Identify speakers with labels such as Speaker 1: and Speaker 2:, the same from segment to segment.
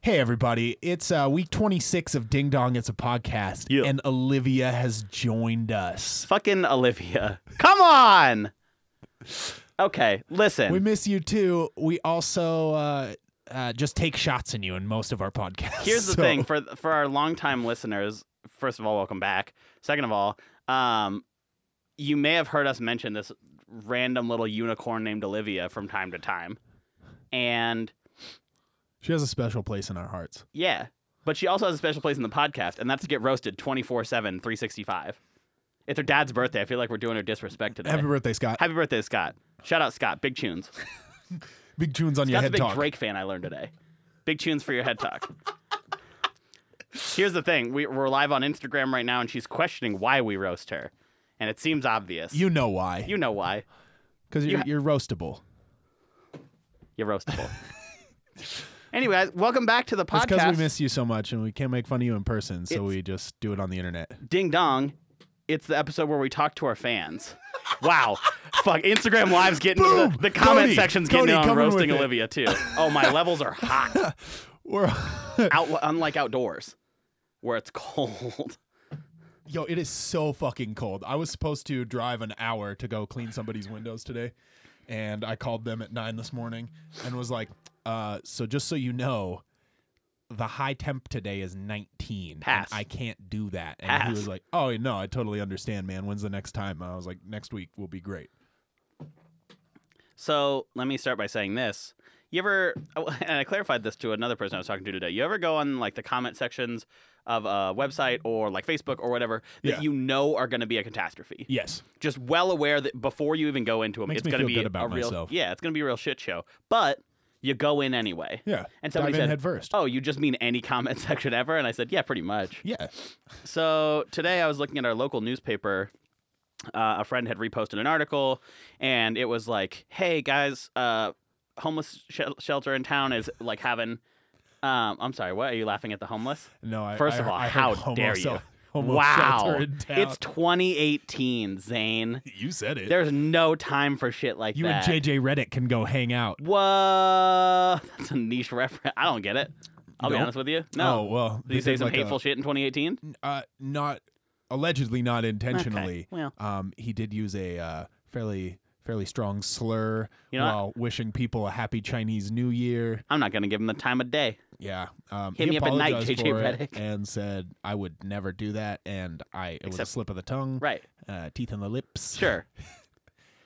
Speaker 1: Hey everybody, it's uh, week 26 of Ding Dong It's a Podcast,
Speaker 2: Yeah.
Speaker 1: and Olivia has joined us.
Speaker 2: Fucking Olivia. Come on. Okay, listen.
Speaker 1: We miss you too. We also uh, uh, just take shots in you in most of our podcasts.
Speaker 2: Here's the
Speaker 1: So-
Speaker 2: thing for for our longtime listeners. First of all, welcome back. Second of all, um, you may have heard us mention this random little unicorn named Olivia from time to time, and
Speaker 1: She has a special place in our hearts.
Speaker 2: yeah, but she also has a special place in the podcast, and that's to get roasted 24 7, 365. It's her dad's birthday. I feel like we're doing her disrespect today.
Speaker 1: Happy birthday, Scott.
Speaker 2: Happy birthday, Scott. Shout out, Scott. Big tunes.
Speaker 1: Big June's on your
Speaker 2: That's a
Speaker 1: head
Speaker 2: big
Speaker 1: talk.
Speaker 2: Drake fan I learned today. Big tunes for your head talk. Here's the thing: we, we're live on Instagram right now, and she's questioning why we roast her, and it seems obvious.
Speaker 1: You know why.
Speaker 2: You know why?
Speaker 1: Because
Speaker 2: you
Speaker 1: you, are
Speaker 2: ha-
Speaker 1: you're roastable.
Speaker 2: You're roastable. Anyways, welcome back to the
Speaker 1: It's because
Speaker 2: podcast.
Speaker 1: we miss you so much and we can't make fun of you in person, so we just do it on the internet.
Speaker 2: Ding dong! It's the episode where we talk to our fans. Wow, fuck! Instagram Live's getting
Speaker 1: Boom!
Speaker 2: the, the comment
Speaker 1: Cody!
Speaker 2: section's getting
Speaker 1: Cody
Speaker 2: in on
Speaker 1: coming with
Speaker 2: roasting
Speaker 1: it.
Speaker 2: Olivia too. Oh, my levels are hot.
Speaker 1: We're
Speaker 2: Out, unlike outdoors, where it's cold.
Speaker 1: Yo, it is so fucking cold. I was supposed to drive an hour to go clean somebody's windows today, and I called them at nine this morning and was like, uh, "So just so you know, the high temp today is 19. and
Speaker 2: Pass.
Speaker 1: I can't do that." And he
Speaker 2: Pass.
Speaker 1: was like, "Oh no, I totally understand, man. When's the next time?" And I was like, "Next week will be great."
Speaker 2: So let me start by saying this. You ever, oh, and I clarified this to another person I was talking to today. You ever go on like the comment sections of a website or like Facebook or whatever that
Speaker 1: Yeah.
Speaker 2: you know are going to be a catastrophe?
Speaker 1: Yes,
Speaker 2: Just well aware that before you even go into them,
Speaker 1: Makes
Speaker 2: it's
Speaker 1: me
Speaker 2: going to
Speaker 1: feel
Speaker 2: be
Speaker 1: good about
Speaker 2: a real,
Speaker 1: myself.
Speaker 2: yeah, it's going to be a real shit show. But you go in anyway.
Speaker 1: yeah.
Speaker 2: And somebody
Speaker 1: Dive in
Speaker 2: said,
Speaker 1: head first.
Speaker 2: "Oh, you just mean any comment section ever?" And I said, "Yeah, pretty much."
Speaker 1: Yeah,
Speaker 2: So today I was looking at our local newspaper. Uh, a friend had reposted an article, and it was like, "Hey guys, uh, homeless sh- shelter in town is like having." Um, I'm sorry. What are you laughing at the homeless?
Speaker 1: no. I,
Speaker 2: First
Speaker 1: I-
Speaker 2: of all,
Speaker 1: I heard
Speaker 2: how
Speaker 1: homo
Speaker 2: dare
Speaker 1: sel-
Speaker 2: you?
Speaker 1: homo
Speaker 2: wow,
Speaker 1: shelter in town.
Speaker 2: it's 2018, Zane.
Speaker 1: you said it.
Speaker 2: There's no time for shit like
Speaker 1: you
Speaker 2: that.
Speaker 1: and JJ Reddick can go hang out.
Speaker 2: Whoa, that's a niche reference. I don't get it. I'll be
Speaker 1: Nope.
Speaker 2: honest with you.
Speaker 1: Oh,
Speaker 2: No,
Speaker 1: well,
Speaker 2: these
Speaker 1: this
Speaker 2: days
Speaker 1: is
Speaker 2: some
Speaker 1: like a-
Speaker 2: hateful shit in 2018.
Speaker 1: uh, not allegedly, not intentionally.
Speaker 2: well.
Speaker 1: um, he did use a uh, fairly fairly strong slur
Speaker 2: You know what?
Speaker 1: while wishing people a happy Chinese New Year.
Speaker 2: I'm not gonna give them the time of day.
Speaker 1: Yeah, um,
Speaker 2: Hit
Speaker 1: he
Speaker 2: me up at night,
Speaker 1: apologized
Speaker 2: JJ
Speaker 1: for it
Speaker 2: Redick.
Speaker 1: and said I would never do that, and I it was a
Speaker 2: Except-
Speaker 1: slip of the tongue,
Speaker 2: Right?
Speaker 1: uh, teeth in the lips.
Speaker 2: Sure.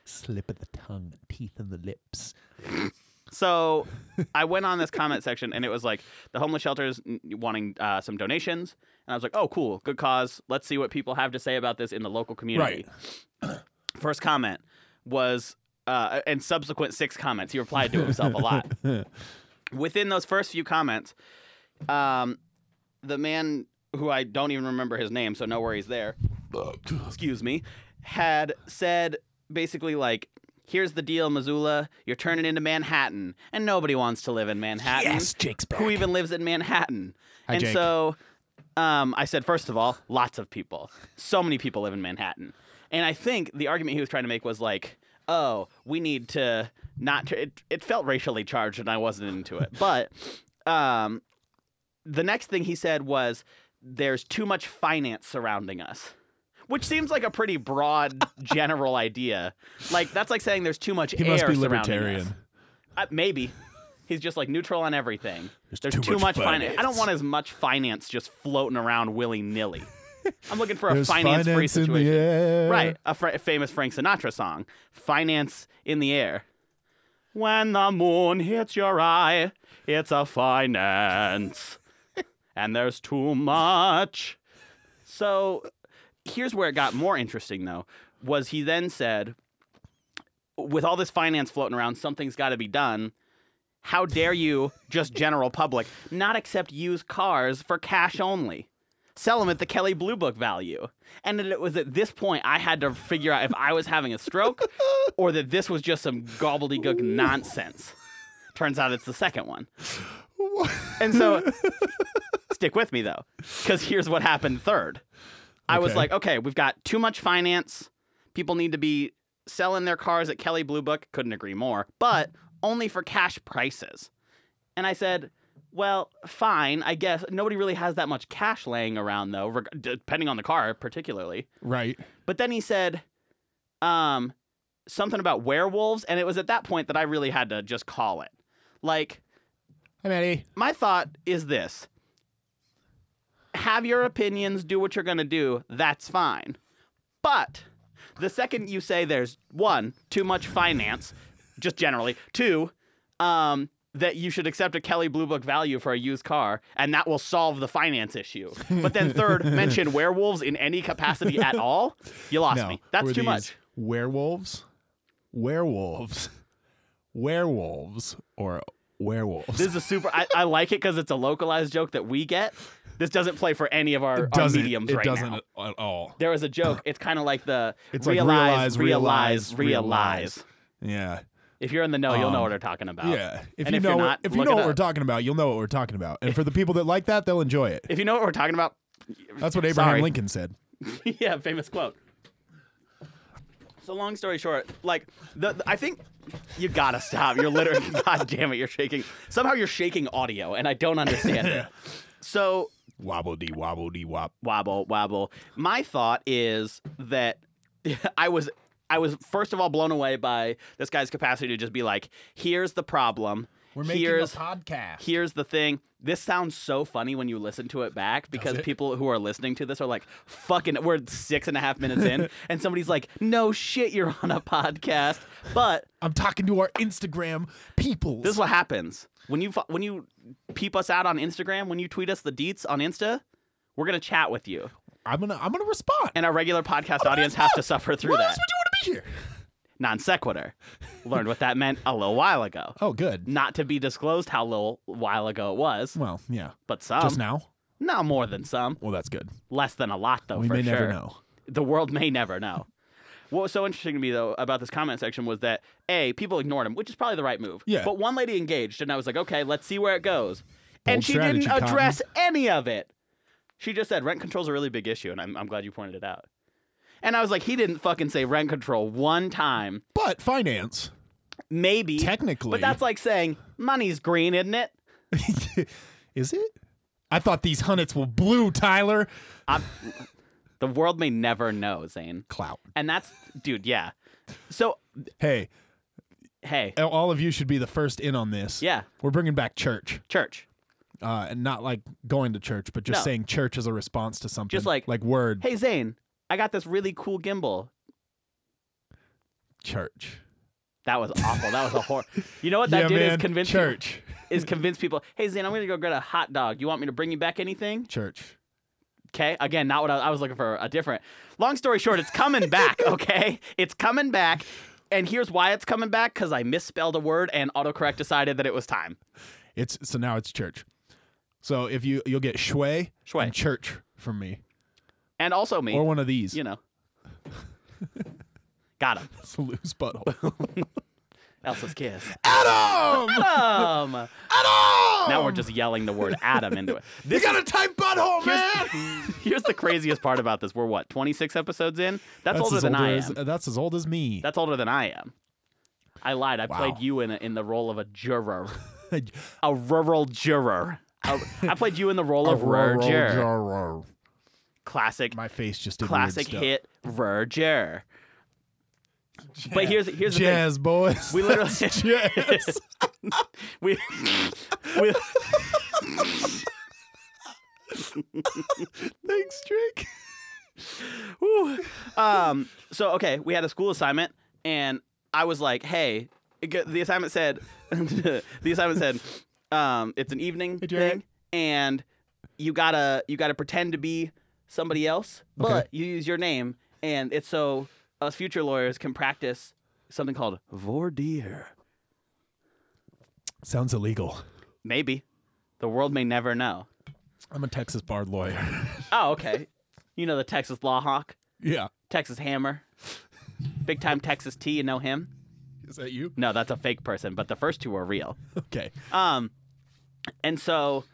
Speaker 1: slip of the tongue, teeth in the lips.
Speaker 2: So I went on this comment section and it was like the homeless shelters n- wanting uh, some donations. And I was like, oh, cool, good cause. Let's see what people have to say about this in the local community. First comment was, uh, and subsequent six comments, he replied to himself a lot. Within those first few comments, um, the man who I don't even remember his name, so no worries there, excuse me, had said basically like, "Here's the deal, Missoula. You're turning into Manhattan, and nobody wants to live in Manhattan.
Speaker 1: yes, Jake's back.
Speaker 2: Who even lives in Manhattan?"
Speaker 1: Hi,
Speaker 2: and
Speaker 1: Jake.
Speaker 2: so, um, I said, first of all, lots of people. So many people live in Manhattan, and I think the argument he was trying to make was like, "Oh, we need to not." Tr- it, it felt racially charged, and I wasn't into it, but. Um, the next thing he said was there's too much finance surrounding us which seems like a pretty broad general idea like that's like saying there's too much
Speaker 1: he
Speaker 2: air
Speaker 1: must be
Speaker 2: surrounding us.
Speaker 1: libertarian.
Speaker 2: Uh, maybe he's just like neutral on everything
Speaker 1: There's
Speaker 2: there's,
Speaker 1: too
Speaker 2: too,
Speaker 1: much
Speaker 2: much, finance. i don't
Speaker 1: finance.
Speaker 2: want as much finance just floating around willy-nilly i'm looking for a
Speaker 1: There's
Speaker 2: finance, free
Speaker 1: finance in
Speaker 2: situation
Speaker 1: the air.
Speaker 2: Right, a fr- famous Frank Sinatra song, "Finance in the Air." When the moon hits your eye, it's a finance, and there's too much. So, here's where it got more interesting, though. Was he then said, with all this finance floating around, something's got to be done. How dare you, just general public, not accept used cars for cash only? Sell them at the Kelly Blue Book value. And it was at this point I had to figure out if I was having a stroke or that this was just some gobbledygook nonsense. Turns out it's the second one. And so stick with me though, because here's what happened third. I was
Speaker 1: Okay.
Speaker 2: like, okay, we've got too much finance. People need to be selling their cars at Kelly Blue Book. Couldn't agree more, but only for cash prices. And I said, Well, fine, I guess. Nobody really has that much cash laying around, though, reg- depending on the car, particularly.
Speaker 1: Right.
Speaker 2: But then he said um, something about werewolves, and it was at that point that I really had to just call it. Like,
Speaker 1: Hi, Maddie.
Speaker 2: my thought is this have your opinions, do what you're going to do, that's fine. But the second you say there's one, too much finance, just generally, two, um, that you should accept a Kelly Blue Book value for a used car, and that will solve the finance issue. But then, third, mention werewolves in any capacity at all, you lost
Speaker 1: No,
Speaker 2: me. That's
Speaker 1: were
Speaker 2: too
Speaker 1: these
Speaker 2: much.
Speaker 1: Werewolves, werewolves, werewolves, or werewolves.
Speaker 2: This is a super. I, I like it because it's a localized joke that we get. This doesn't play for any of our, our
Speaker 1: doesn't,
Speaker 2: mediums
Speaker 1: it
Speaker 2: right
Speaker 1: doesn't
Speaker 2: now.
Speaker 1: at all.
Speaker 2: there was a joke. It's kind of like the
Speaker 1: It's like
Speaker 2: realize,
Speaker 1: realize,
Speaker 2: realize, realize,
Speaker 1: realize, realize. Yeah.
Speaker 2: If you're in the know, you'll know
Speaker 1: Um,
Speaker 2: what we're talking about.
Speaker 1: Yeah. If
Speaker 2: And
Speaker 1: you
Speaker 2: if
Speaker 1: know
Speaker 2: you're
Speaker 1: what-
Speaker 2: not,
Speaker 1: if you
Speaker 2: look
Speaker 1: know
Speaker 2: it
Speaker 1: what we're
Speaker 2: up.
Speaker 1: talking about, you'll know what we're talking about. And for the people that like that, they'll enjoy it.
Speaker 2: If you know what we're talking about,
Speaker 1: That's what Abraham
Speaker 2: Sorry.
Speaker 1: Lincoln said.
Speaker 2: yeah, famous quote. So long story short, like the, the- I think you gotta stop. You're literally, god damn it, you're shaking. Somehow you're shaking audio, and I don't understand it. So
Speaker 1: Wobble dee wobble dee wop.
Speaker 2: wobble wobble my thought is that i was i was first of all blown away by this guy's capacity to just be like here's the problem here's
Speaker 1: podcast.
Speaker 2: here's the thing this sounds so funny when you listen to it back because
Speaker 1: it?
Speaker 2: people who are listening to this are like fucking we're six and a half minutes in and somebody's like no shit you're on a podcast but
Speaker 1: I'm talking to our Instagram people.
Speaker 2: this is what happens when you fo- when you peep us out on instagram when you tweet us the deets on insta we're gonna chat with you
Speaker 1: I'm gonna I'm gonna respond.
Speaker 2: and our regular podcast audience has to suffer through
Speaker 1: Why
Speaker 2: that.
Speaker 1: else would you want to be here?
Speaker 2: Non sequitur. Learned what that meant a little while ago.
Speaker 1: Oh, good.
Speaker 2: Not to be disclosed how little while ago it was,
Speaker 1: Well, yeah.
Speaker 2: but some.
Speaker 1: Just now.
Speaker 2: No more than some.
Speaker 1: Well, that's good.
Speaker 2: Less than a lot, though,
Speaker 1: We
Speaker 2: oh, for
Speaker 1: may
Speaker 2: sure.
Speaker 1: never know.
Speaker 2: The world may never know. What was so interesting to me, though, about this comment section was that A, people ignored him, which is probably the right move.
Speaker 1: Yeah.
Speaker 2: But one lady engaged, and I was like, okay, let's see where it goes. and
Speaker 1: Bold
Speaker 2: she
Speaker 1: strategy,
Speaker 2: didn't
Speaker 1: Cotton.
Speaker 2: address any of it. She just said rent control's a really big issue, and I'm, I'm glad you pointed it out. And I was like, he didn't fucking say rent control one time.
Speaker 1: But finance,
Speaker 2: Maybe.
Speaker 1: technically,
Speaker 2: But that's like saying money's green, isn't it?
Speaker 1: is it? I thought these hunnits were blue, Tyler.
Speaker 2: I'm, the world may never know, Zane.
Speaker 1: Clout.
Speaker 2: And that's, dude, yeah. So,
Speaker 1: Hey,
Speaker 2: hey,
Speaker 1: all of you should be the first in on this.
Speaker 2: yeah,
Speaker 1: We're bringing back church,
Speaker 2: church.
Speaker 1: uh, and not like going to church, but just
Speaker 2: No.
Speaker 1: saying church as a response to something.
Speaker 2: Just like-
Speaker 1: like word
Speaker 2: Hey, Zane, I got this really cool gimbal.
Speaker 1: church.
Speaker 2: That was awful. That was a horror. You know what that
Speaker 1: yeah,
Speaker 2: did
Speaker 1: man.
Speaker 2: is convince
Speaker 1: church,
Speaker 2: People, is convince people. Hey, Zane, I'm gonna go get a hot dog. You want me to bring you back anything?
Speaker 1: church.
Speaker 2: Okay. Again, not what I, I was looking for. A different. Long story short, it's coming back. Okay, it's coming back. And here's why it's coming back because I misspelled a word and autocorrect decided that it was time.
Speaker 1: It's so now it's church. So if you you'll get shway,
Speaker 2: Shway.
Speaker 1: and church from me,
Speaker 2: And also me,
Speaker 1: or one of these.
Speaker 2: you know. Got him.
Speaker 1: It's a loose butthole.
Speaker 2: Elsa's kiss.
Speaker 1: Adam,
Speaker 2: Um,
Speaker 1: Adam.
Speaker 2: now we're just yelling the word Adam into it.
Speaker 1: You got a tight butthole, man.
Speaker 2: Here's, here's the craziest part about this. We're what, 26 episodes in? That's, older
Speaker 1: as
Speaker 2: than I
Speaker 1: as,
Speaker 2: am.
Speaker 1: That's as old as me.
Speaker 2: That's older than I am. I lied. I played
Speaker 1: Wow.
Speaker 2: you in a, in the role of a juror, a rural juror. A- I played you in the role of rural juror. Classic,
Speaker 1: My face just did
Speaker 2: classic
Speaker 1: weird
Speaker 2: hit, rurger.
Speaker 1: stuff.
Speaker 2: But here's here's the thing.
Speaker 1: jazz boys.
Speaker 2: We literally
Speaker 1: jazz.
Speaker 2: we we
Speaker 1: Thanks, Drake.
Speaker 2: Whew. um, so okay, we had a school assignment, and I was like, "Hey," g- the assignment said, the assignment said, um, "It's an evening
Speaker 1: Hey, Jared.
Speaker 2: thing, and you gotta you gotta pretend to be somebody else, but you use your name, and it's so us future lawyers can practice something called voir dire.
Speaker 1: Sounds illegal.
Speaker 2: Maybe the world may never know.
Speaker 1: I'm a Texas barred lawyer.
Speaker 2: Oh, okay. you know the Texas law hawk,
Speaker 1: yeah.
Speaker 2: Texas hammer, big time Texas T. You know him."
Speaker 1: Is that you?
Speaker 2: No, that's a fake person, but the first two are real.
Speaker 1: Okay.
Speaker 2: Um, and so,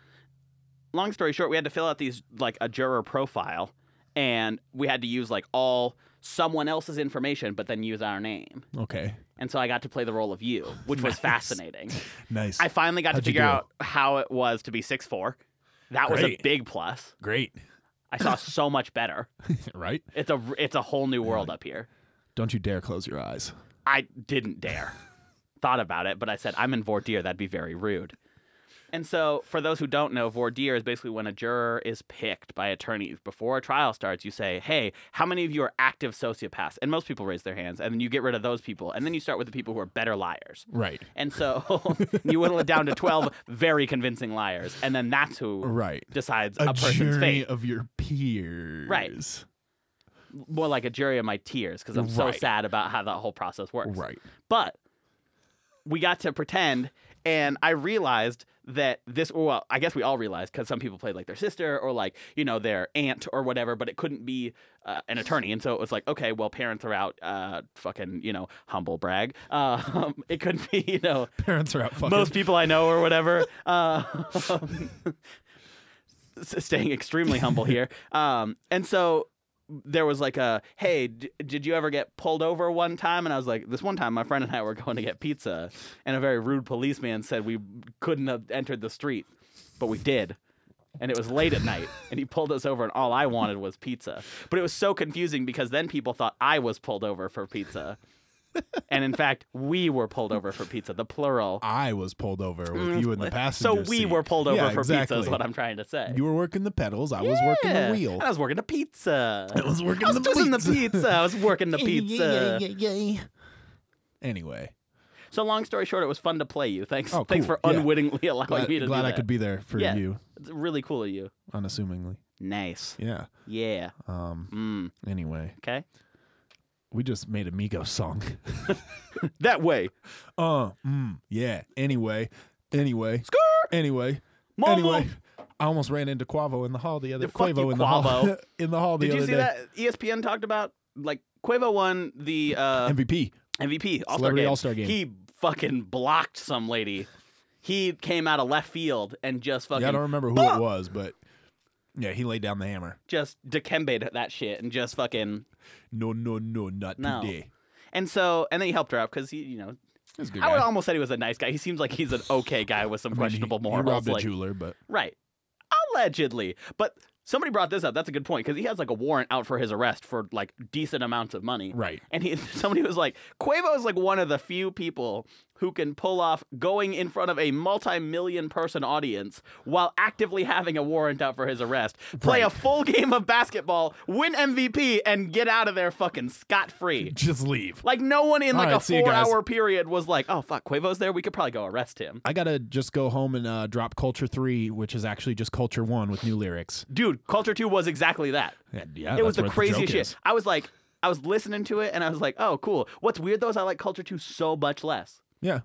Speaker 2: long story short, we had to fill out these like a juror profile, and we had to use like all someone else's information, but then use our name.
Speaker 1: Okay.
Speaker 2: And so I got to play the role of you, which was fascinating.
Speaker 1: Nice.
Speaker 2: I finally got
Speaker 1: How'd
Speaker 2: to
Speaker 1: you
Speaker 2: figure
Speaker 1: do?
Speaker 2: out how it was to be six four. That was a
Speaker 3: Great.
Speaker 2: big plus.
Speaker 3: Great.
Speaker 2: I saw so much better.
Speaker 1: right?
Speaker 2: It's a it's a whole new world up here.
Speaker 1: Don't you dare close your eyes.
Speaker 2: I didn't dare. Thought about it, but I said, I'm in voir dire. That'd be very rude. And so, for those who don't know, voir dire is basically when a juror is picked by attorneys. Before a trial starts, you say, Hey, how many of you are active sociopaths? And most people raise their hands. And then you get rid of those people. And then you start with the people who are better liars.
Speaker 1: Right.
Speaker 2: And so, you whittle it down to 12 very convincing liars. And then that's who
Speaker 1: Right.
Speaker 2: decides
Speaker 1: A,
Speaker 2: a person's
Speaker 1: jury
Speaker 2: fate.
Speaker 1: of your peers.
Speaker 2: More like a jury of my tears because I'm so
Speaker 1: Right.
Speaker 2: sad about how that whole process works.
Speaker 1: Right.
Speaker 2: But we got to pretend, and I realized that this, well, I guess we all realized because some people played like their sister or like, you know, their aunt or whatever, but it couldn't be uh, an attorney. And so it was like, okay, well, parents are out, uh, fucking, you know, humble brag. Uh, it couldn't be, you know,
Speaker 1: Parents are out fucking.
Speaker 2: most people I know or whatever. Uh, s- staying extremely humble here. Um, and so there was like a hey d- did you ever get pulled over one time and i was like this one time my friend and i were going to get pizza and a very rude policeman said we couldn't have entered the street but we did and it was late at night and he pulled us over and all i wanted was pizza but it was so confusing because then people thought i was pulled over for pizza and in fact we were pulled over for pizza the plural
Speaker 1: I was pulled over with you in the passenger
Speaker 2: Mm, so we
Speaker 1: seat.
Speaker 2: were pulled over
Speaker 1: Yeah,
Speaker 2: for pizza is
Speaker 1: exactly.
Speaker 2: what i'm trying to say
Speaker 1: You were working the pedals. I was working
Speaker 2: Yeah.
Speaker 1: the wheel.
Speaker 2: i was working a pizza
Speaker 1: I was working
Speaker 2: I was
Speaker 1: the
Speaker 2: twisting
Speaker 1: pizza.
Speaker 2: the pizza. I was working the pizza.
Speaker 1: Anyway,
Speaker 2: So long story short, it was fun to play you. Thanks.
Speaker 1: Oh,
Speaker 2: Thanks
Speaker 1: cool.
Speaker 2: for
Speaker 1: Yeah.
Speaker 2: unwittingly allowing
Speaker 1: glad,
Speaker 2: me to
Speaker 1: glad
Speaker 2: do
Speaker 1: I
Speaker 2: that.
Speaker 1: could be there for
Speaker 2: Yeah.
Speaker 1: you,
Speaker 2: It's really cool of you.
Speaker 1: unassumingly.
Speaker 2: Nice.
Speaker 1: Yeah.
Speaker 2: Yeah.
Speaker 1: Um.
Speaker 2: Mm.
Speaker 1: Anyway,
Speaker 2: Okay.
Speaker 1: we just made a Migos song.
Speaker 2: That way.
Speaker 1: Uh, mm, yeah. Anyway, anyway, anyway,
Speaker 2: Mama.
Speaker 1: anyway. I almost ran into Quavo in the hall the other
Speaker 2: Yeah, fuck
Speaker 1: Quavo
Speaker 2: you,
Speaker 1: in the hall
Speaker 2: Quavo.
Speaker 1: in the hall the
Speaker 2: Did you
Speaker 1: other
Speaker 2: see
Speaker 1: day.
Speaker 2: that? E ESPN talked about like Quavo won the uh,
Speaker 1: MVP.
Speaker 2: MVP All Star
Speaker 1: Celebrity
Speaker 2: game.
Speaker 1: All-Star Game.
Speaker 2: He fucking blocked some lady. He came out of left field and just fucking
Speaker 1: Yeah, I don't remember who
Speaker 2: Fuck.
Speaker 1: it was, but yeah, he laid down the hammer.
Speaker 2: just dikembe'd that shit and just fucking
Speaker 1: No, no, no, not
Speaker 2: No.
Speaker 1: today.
Speaker 2: and so and then he helped her out because he you know
Speaker 1: That's a good
Speaker 2: I would
Speaker 1: guy.
Speaker 2: almost said he was a nice guy. He seems like he's an okay guy with some
Speaker 1: I mean,
Speaker 2: questionable
Speaker 1: he,
Speaker 2: morals.
Speaker 1: He robbed
Speaker 2: like,
Speaker 1: a jeweler, but
Speaker 2: Right. Allegedly. But somebody brought this up. That's a good point because he has like a warrant out for his arrest for like decent amounts of money.
Speaker 1: right.
Speaker 2: And he, somebody was like, Quavo is like one of the few people who can pull off going in front of a multi-million person audience while actively having a warrant out for his arrest, play a
Speaker 1: Right.
Speaker 2: full game of basketball, win MVP, and get out of there fucking scot-free.
Speaker 1: Just leave.
Speaker 2: Like no one in
Speaker 1: All
Speaker 2: like a
Speaker 1: right, see you guys.
Speaker 2: four-hour period was like, "Oh fuck, Quavo's there. We could probably go arrest him."
Speaker 1: I gotta just go home and uh, drop Culture Three, which is actually just Culture One with new lyrics.
Speaker 2: Dude, Culture Two was exactly that.
Speaker 1: Yeah, yeah,
Speaker 2: it was
Speaker 1: that's
Speaker 2: the
Speaker 1: what
Speaker 2: craziest
Speaker 1: joke
Speaker 2: shit.
Speaker 1: is.
Speaker 2: I was like, I was listening to it and I was like, oh, cool. What's weird though is I like Culture 2 so much less.
Speaker 1: Yeah,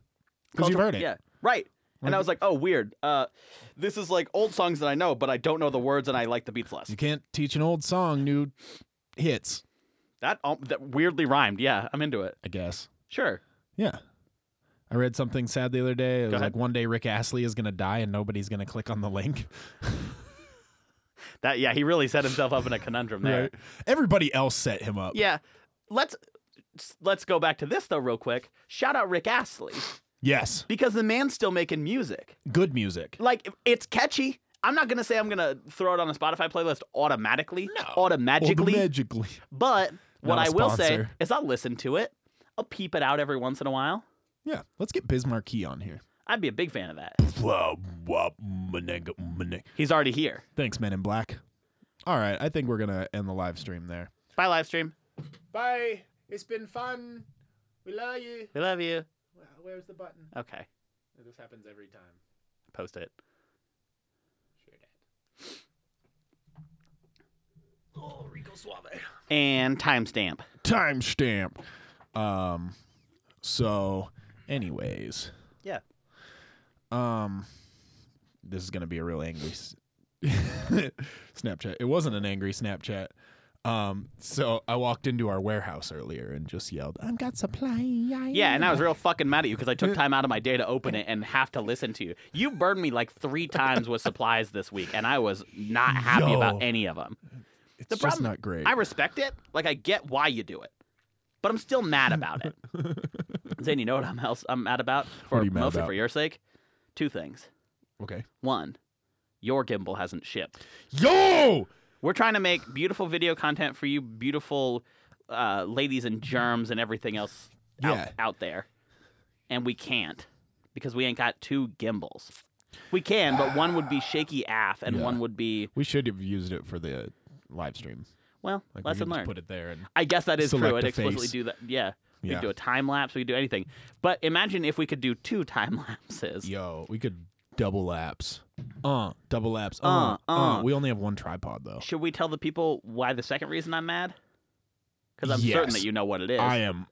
Speaker 1: because you've
Speaker 2: Culture-
Speaker 1: heard it.
Speaker 2: Yeah, right. And I was like, oh, weird. Uh, this is like old songs that I know, but I don't know the words and I like the beats less.
Speaker 1: You can't teach an old song new hits.
Speaker 2: That, um, that weirdly rhymed. Yeah, I'm into it.
Speaker 1: I guess.
Speaker 2: Sure.
Speaker 1: Yeah. I read something sad the other day. It was
Speaker 2: ahead.
Speaker 1: like one day Rick Astley is gonna die and nobody's gonna click on the link.
Speaker 2: That yeah, he really set himself up in a conundrum there.
Speaker 1: Everybody else set him up.
Speaker 2: Yeah. Let's let's go back to this though real quick. Shout out Rick Astley
Speaker 1: Yes.
Speaker 2: because the man's still making music.
Speaker 1: Good music.
Speaker 2: like it's catchy. I'm not gonna say I'm gonna throw it on a Spotify playlist automatically,
Speaker 1: No.
Speaker 2: automagically.
Speaker 1: Magically.
Speaker 2: but what
Speaker 1: Not
Speaker 2: I
Speaker 1: a
Speaker 2: will say
Speaker 1: sponsor.
Speaker 2: is I'll listen to it. I'll peep it out every once in a while.
Speaker 1: Yeah. Let's get Bismarck Key on here.
Speaker 2: I'd be a big fan of that. He's already here.
Speaker 1: Thanks, Men in Black. All right. I think we're gonna end the live stream there.
Speaker 2: Bye, live stream.
Speaker 4: Bye. It's been fun. We love you.
Speaker 2: We love you.
Speaker 4: Wh- Where's the button?
Speaker 2: Okay,
Speaker 4: This happens every time.
Speaker 2: post it.
Speaker 4: Sure, Dad. Oh, Rico Suave.
Speaker 2: And timestamp.
Speaker 1: Timestamp. Um. So, anyways.
Speaker 2: Yeah.
Speaker 1: Um, this is gonna be a real angry s- Snapchat. It wasn't an angry Snapchat. Um, so I walked into our warehouse earlier and just yelled, "I've got supply."
Speaker 2: Yeah, and I was real fucking mad at you because I took time out of my day to open it and have to listen to you. You burned me like three times with supplies this week, and I was not happy
Speaker 1: Yo.
Speaker 2: about any of them.
Speaker 1: It's
Speaker 2: the
Speaker 1: just
Speaker 2: problem-
Speaker 1: not great.
Speaker 2: I respect it. Like I get why you do it, but I'm still mad about it. Zane, you know what I'm else I'm mad about?
Speaker 1: What
Speaker 2: For
Speaker 1: are you mad
Speaker 2: mostly
Speaker 1: about?
Speaker 2: for your sake. Two things.
Speaker 1: Okay.
Speaker 2: One, your gimbal hasn't shipped.
Speaker 1: Yo!
Speaker 2: We're trying to make beautiful video content for you, beautiful uh, ladies and germs and everything else
Speaker 1: Yeah.
Speaker 2: out, out there. And we can't because we ain't got two gimbals. We can, but one would be shaky AF and
Speaker 1: Yeah.
Speaker 2: one would be,
Speaker 1: We should have used it for the live stream.
Speaker 2: well,
Speaker 1: Like, we
Speaker 2: lesson
Speaker 1: could just
Speaker 2: learned.
Speaker 1: Put it there and
Speaker 2: I guess that is
Speaker 1: select
Speaker 2: true. I'd
Speaker 1: a
Speaker 2: explicitly
Speaker 1: face.
Speaker 2: do that. Yeah. We
Speaker 1: Yeah.
Speaker 2: could do a time lapse. We could do anything. But imagine if we could do two time lapses.
Speaker 1: yo, we could double laps. Uh, double laps. Uh,
Speaker 2: Uh,
Speaker 1: uh,
Speaker 2: uh.
Speaker 1: We only have one tripod though.
Speaker 2: Should we tell the people why the second reason I'm mad? Because I'm certain
Speaker 1: Yes.
Speaker 2: that you know what it is.
Speaker 1: I am,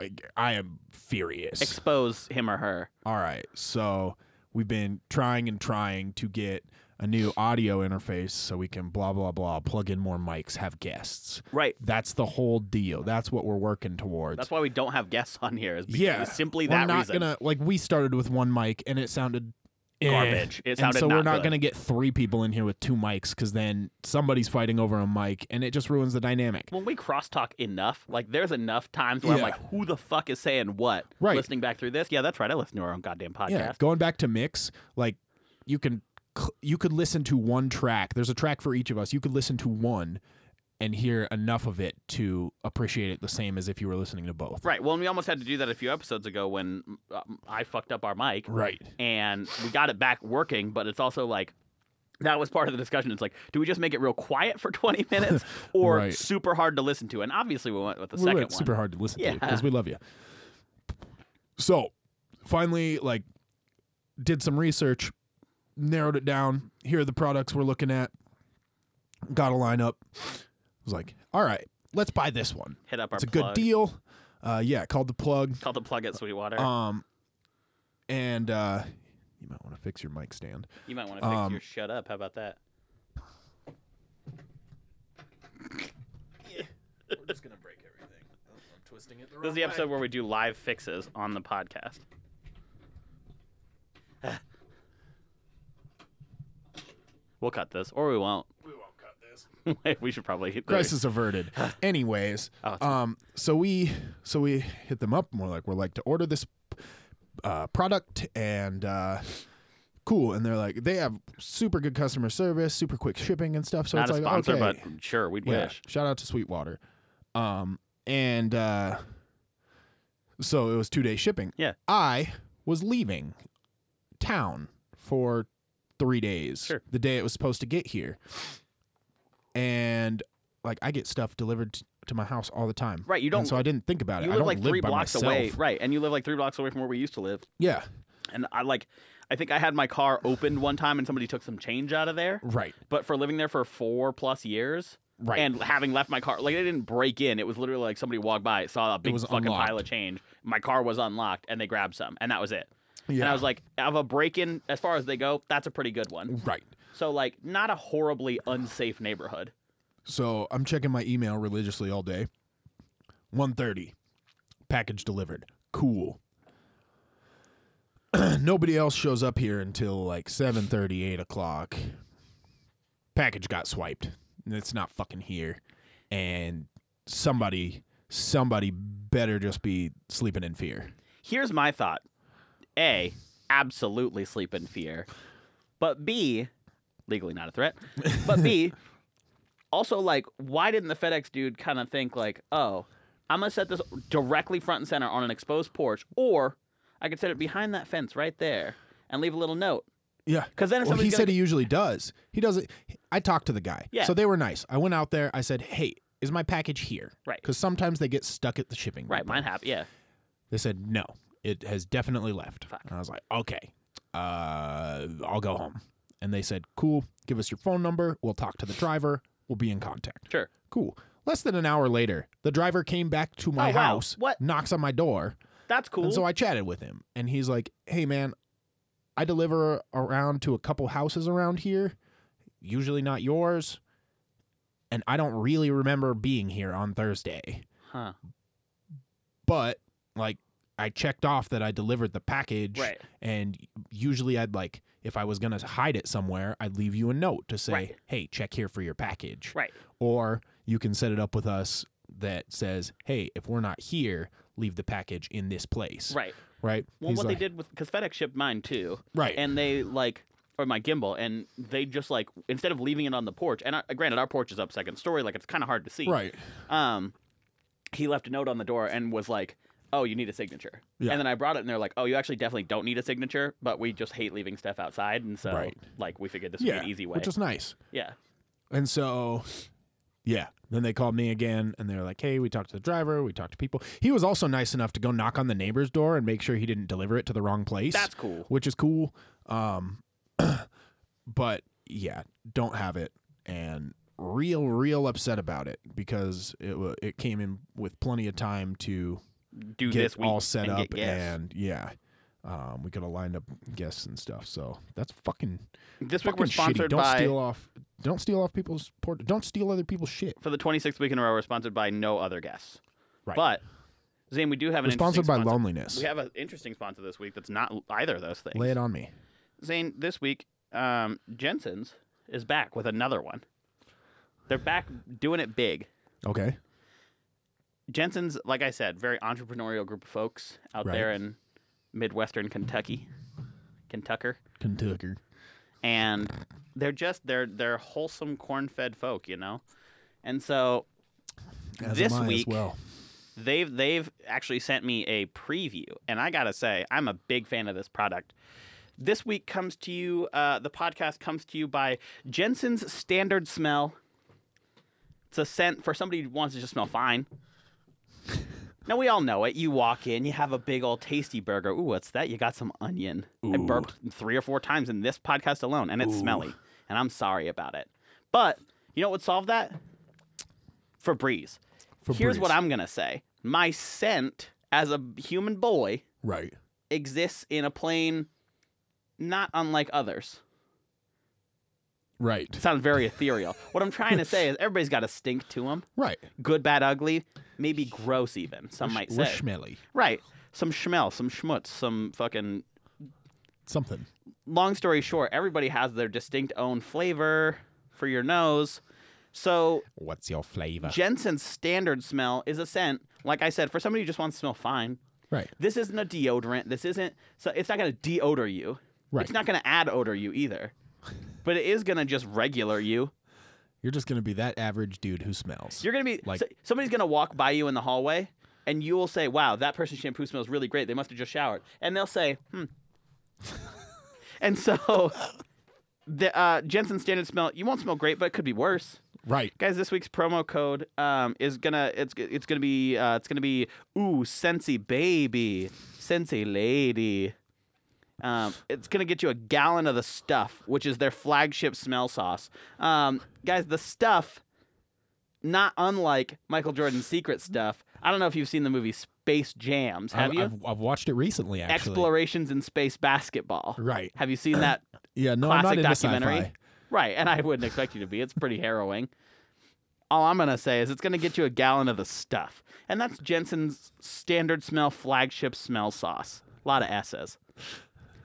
Speaker 1: I, I am furious.
Speaker 2: Expose him or her.
Speaker 1: All right. So we've been trying and trying to get a new audio interface so we can blah, blah, blah, plug in more mics, have guests.
Speaker 2: Right.
Speaker 1: That's the whole deal. That's what we're working towards.
Speaker 2: That's why we don't have guests on here. Is because
Speaker 1: yeah.
Speaker 2: Simply
Speaker 1: we're
Speaker 2: that
Speaker 1: not
Speaker 2: reason.
Speaker 1: Gonna, like, we started with one mic and it sounded eh.
Speaker 2: Garbage. It
Speaker 1: and
Speaker 2: sounded
Speaker 1: so we're not
Speaker 2: good.
Speaker 1: going to get three people in here with two mics because then somebody's fighting over a mic and it just ruins the dynamic.
Speaker 2: When we crosstalk enough, like there's enough times where I'm
Speaker 1: Yeah.
Speaker 2: like, who the fuck is saying what?
Speaker 1: Right.
Speaker 2: Listening back through this, yeah, that's right. I listen to our own goddamn podcast.
Speaker 1: Yeah, going back to mix, like you can cl- you could listen to one track. There's a track for each of us. You could listen to one and hear enough of it to appreciate it the same as if you were listening to both.
Speaker 2: Right. Well, and we almost had to do that a few episodes ago when um, I fucked up our mic.
Speaker 1: Right.
Speaker 2: and we got it back working, but it's also like that was part of the discussion. It's like, do we just make it real quiet for 20 minutes or
Speaker 1: Right.
Speaker 2: super hard to listen to? And obviously, we went with the
Speaker 1: We
Speaker 2: second
Speaker 1: went
Speaker 2: one.
Speaker 1: super hard to listen to
Speaker 2: Yeah.
Speaker 1: because we love you. So, finally, like, did some research, narrowed it down. Here are the products we're looking at. Got a lineup. Was like, all right, let's buy this one.
Speaker 2: Hit up our
Speaker 1: It's a good
Speaker 2: plug.
Speaker 1: deal. Uh, yeah, called the plug.
Speaker 2: Call the plug at Sweetwater.
Speaker 1: Um, and uh, you might want to fix your mic stand.
Speaker 2: you might want to fix
Speaker 1: um,
Speaker 2: your shut up. How about that?
Speaker 1: We're just gonna break everything. I'm twisting it.
Speaker 2: This is the episode where we do live fixes on the podcast. we'll cut this, or we won't.
Speaker 1: We won't cut this.
Speaker 2: we should probably.
Speaker 1: Crisis averted. Anyways,
Speaker 2: Ah. Oh, it's-
Speaker 1: um, so we so we hit them up and we're like we're like to order this uh, product and uh, cool and they're like they have super good customer service, super quick shipping and stuff. So
Speaker 2: Not
Speaker 1: it's
Speaker 2: a
Speaker 1: like
Speaker 2: sponsor,
Speaker 1: okay,
Speaker 2: but sure, we'd
Speaker 1: Yeah.
Speaker 2: wish.
Speaker 1: Shout out to Sweetwater. Um, and uh, so it was two day shipping.
Speaker 2: Yeah.
Speaker 1: I was leaving town for three days.
Speaker 2: Sure.
Speaker 1: The day it was supposed to get here. And like I get stuff delivered t- to my house all the time.
Speaker 2: Right, you don't-
Speaker 1: And so I didn't think about it.
Speaker 2: You
Speaker 1: I
Speaker 2: live
Speaker 1: don't
Speaker 2: like
Speaker 1: live
Speaker 2: three
Speaker 1: by
Speaker 2: blocks
Speaker 1: myself.
Speaker 2: away, right? And you live like three blocks away from where we used to live.
Speaker 1: Yeah.
Speaker 2: And I like, I think I had my car opened one time and somebody took some change out of there.
Speaker 1: Right.
Speaker 2: But for living there for four plus years
Speaker 1: Right.
Speaker 2: and having left my car, like they didn't break in. It was literally like somebody walked by, saw a big
Speaker 1: was
Speaker 2: fucking pile
Speaker 1: unlocked.
Speaker 2: of change. My car was unlocked and they grabbed some, and that was it. And
Speaker 1: Yeah.
Speaker 2: I was like, of a break in, as far as they go, that's a pretty good one.
Speaker 1: right.
Speaker 2: So, like, not a horribly unsafe neighborhood.
Speaker 1: So I'm checking my email religiously all day. 1:30. Package delivered. Cool. Nobody else shows up here until like 7:30, 8 o'clock. Package got swiped. And It's not fucking here. And somebody, somebody better just be sleeping in fear.
Speaker 2: Here's my thought A, absolutely sleep in fear. But B, legally not a threat. But B, also, like, why didn't the FedEx dude kind of think, like, oh, I'm going to set this directly front and center on an exposed porch, or I could set it behind that fence right there and leave a little note?
Speaker 1: Yeah.
Speaker 2: Because then if
Speaker 1: Well, he
Speaker 2: somebody's
Speaker 1: said
Speaker 2: gonna-
Speaker 1: he usually does. He doesn't. I talked to the guy.
Speaker 2: Yeah.
Speaker 1: So they were nice. I went out there. I said, "Hey, is my package here?"
Speaker 2: Right.
Speaker 1: Because sometimes they get stuck at the shipping.
Speaker 2: Right,
Speaker 1: depot.
Speaker 2: mine happened. Yeah.
Speaker 1: They said no. It has definitely left.
Speaker 2: Fuck.
Speaker 1: And I was like, okay, uh, I'll go home. And they said, cool. Give us your phone number. We'll talk to the driver. We'll be in contact.
Speaker 2: Sure.
Speaker 1: Cool. Less than an hour later, the driver came back to my
Speaker 2: Oh, wow.
Speaker 1: house.
Speaker 2: What?
Speaker 1: Knocks on my door.
Speaker 2: That's cool.
Speaker 1: And so I chatted with him, and he's like, "Hey, man, I deliver around to a couple houses around here, usually not yours, and I don't really remember being here on Thursday,
Speaker 2: huh.
Speaker 1: but like." I checked off that I delivered the package,
Speaker 2: Right.
Speaker 1: and usually I'd like if I was gonna hide it somewhere, I'd leave you a note to say,
Speaker 2: Right.
Speaker 1: "Hey, check here for your package,"
Speaker 2: Right.
Speaker 1: or you can set it up with us that says, "Hey, if we're not here, leave the package in this place.
Speaker 2: Right.
Speaker 1: Right.
Speaker 2: Well,
Speaker 1: He's
Speaker 2: what
Speaker 1: like,
Speaker 2: they did with because FedEx shipped mine too,
Speaker 1: Right.
Speaker 2: And they like or my gimbal, and they just like instead of leaving it on the porch, and I, granted our porch is up second story, like it's kind of hard to see,
Speaker 1: Right.
Speaker 2: Um, he left a note on the door and was like, "Oh, you need a signature."
Speaker 1: Yeah.
Speaker 2: And then I brought it, and they're like, "Oh, you actually definitely don't need a signature, but we just hate leaving stuff outside, and so
Speaker 1: Right.
Speaker 2: like we figured this would
Speaker 1: Yeah.
Speaker 2: be an easy way."
Speaker 1: Which is nice.
Speaker 2: yeah.
Speaker 1: And so, yeah. Then they called me again and they were like, hey, we talked to the driver, we talked to people. He was also nice enough to go knock on the neighbor's door and make sure he didn't deliver it to the wrong place.
Speaker 2: That's cool.
Speaker 1: Which is cool. Um, but yeah, don't have it. And real, real upset about it because it, wa it came in with plenty of time to
Speaker 2: Do
Speaker 1: get
Speaker 2: this week
Speaker 1: all set
Speaker 2: and
Speaker 1: up
Speaker 2: get gas.
Speaker 1: and yeah. Um, we could have lined up guests and stuff. So that's fucking
Speaker 2: this week
Speaker 1: fucking
Speaker 2: we're
Speaker 1: shitty.
Speaker 2: sponsored
Speaker 1: Don't
Speaker 2: by
Speaker 1: steal off. Don't steal off people's port. Don't steal other people's shit.
Speaker 2: for the 26th week in a row. We're sponsored by no other guests,
Speaker 1: Right.
Speaker 2: but. Zane, we do have an
Speaker 1: We're sponsored
Speaker 2: interesting
Speaker 1: by
Speaker 2: sponsor.
Speaker 1: loneliness.
Speaker 2: We have an interesting sponsor this week that's not either of those things.
Speaker 1: Lay it on me.
Speaker 2: Zane, this week, um, Jensen's is back with another one. They're back doing it big.
Speaker 1: Okay.
Speaker 2: Jensen's, like I said, very entrepreneurial group of folks out
Speaker 1: Right.
Speaker 2: there in Midwestern Kentucky, Kentucker,
Speaker 1: Kentucker.
Speaker 2: and they're just they're they're wholesome corn-fed folk, you know. And so
Speaker 1: As
Speaker 2: This
Speaker 1: am I as
Speaker 2: week-
Speaker 1: well.
Speaker 2: they've they've actually sent me a preview, and I gotta say, I'm a big fan of this product. This week comes to you, uh, the podcast comes to you by Jensen's Standard Smell. It's a scent for somebody who wants to just smell fine. now we all know it. You walk in, you have a big old tasty burger. Ooh, what's that? You got some onion. I burped three or four times in this podcast alone, and it's smelly. And I'm sorry about it. But you know what would solve that? Febreze. Here's what
Speaker 1: Febreze.
Speaker 2: I'm gonna say. My scent as a human boy
Speaker 1: Right.
Speaker 2: exists in a plane not unlike others.
Speaker 1: Right.
Speaker 2: It sounds very ethereal. What I'm trying to say is everybody's got a stink to them.
Speaker 1: Right.
Speaker 2: Good, bad, ugly, maybe gross even, some might
Speaker 1: We're
Speaker 2: say.
Speaker 1: schmelly.
Speaker 2: right. Some schmel, some schmutz, some fucking
Speaker 1: Something.
Speaker 2: long story short, everybody has their distinct own flavor for your nose. So
Speaker 1: What's your flavor?
Speaker 2: Jensen's standard smell is a scent, like I said, for somebody who just wants to smell fine.
Speaker 1: right.
Speaker 2: This isn't a deodorant. This isn't so it's not gonna deodor you.
Speaker 1: Right.
Speaker 2: It's not gonna add odor you either. But it is gonna just regular you.
Speaker 1: You're just gonna be that average dude who smells.
Speaker 2: You're gonna be
Speaker 1: Like-
Speaker 2: so- somebody's gonna walk by you in the hallway, and you will say, "Wow, that person's shampoo smells really great. They must have just showered." And they'll say, "Hmm." and so, the uh, Jensen standard smell. You won't smell great, but it could be worse,
Speaker 1: right.
Speaker 2: guys. This week's promo code um, is gonna it's it's gonna be uh, it's gonna be ooh Sensi baby, Sensi lady. Um, it's gonna get you a gallon of the stuff, which is their flagship smell sauce. Um, guys, the stuff, not unlike Michael Jordan's secret stuff. I don't know if you've seen the movie Space Jams. Have
Speaker 1: I've,
Speaker 2: you?
Speaker 1: I've, I've watched it recently. Actually.
Speaker 2: Explorations in space basketball.
Speaker 1: Right.
Speaker 2: Have you seen that
Speaker 1: Yeah. No, I'm
Speaker 2: classic
Speaker 1: not into
Speaker 2: documentary.
Speaker 1: sci-fi.
Speaker 2: Right, and I wouldn't expect you to be. It's pretty harrowing. All I'm gonna say is it's gonna get you a gallon of the stuff, and that's Jensen's standard smell flagship smell sauce. A lot of S's.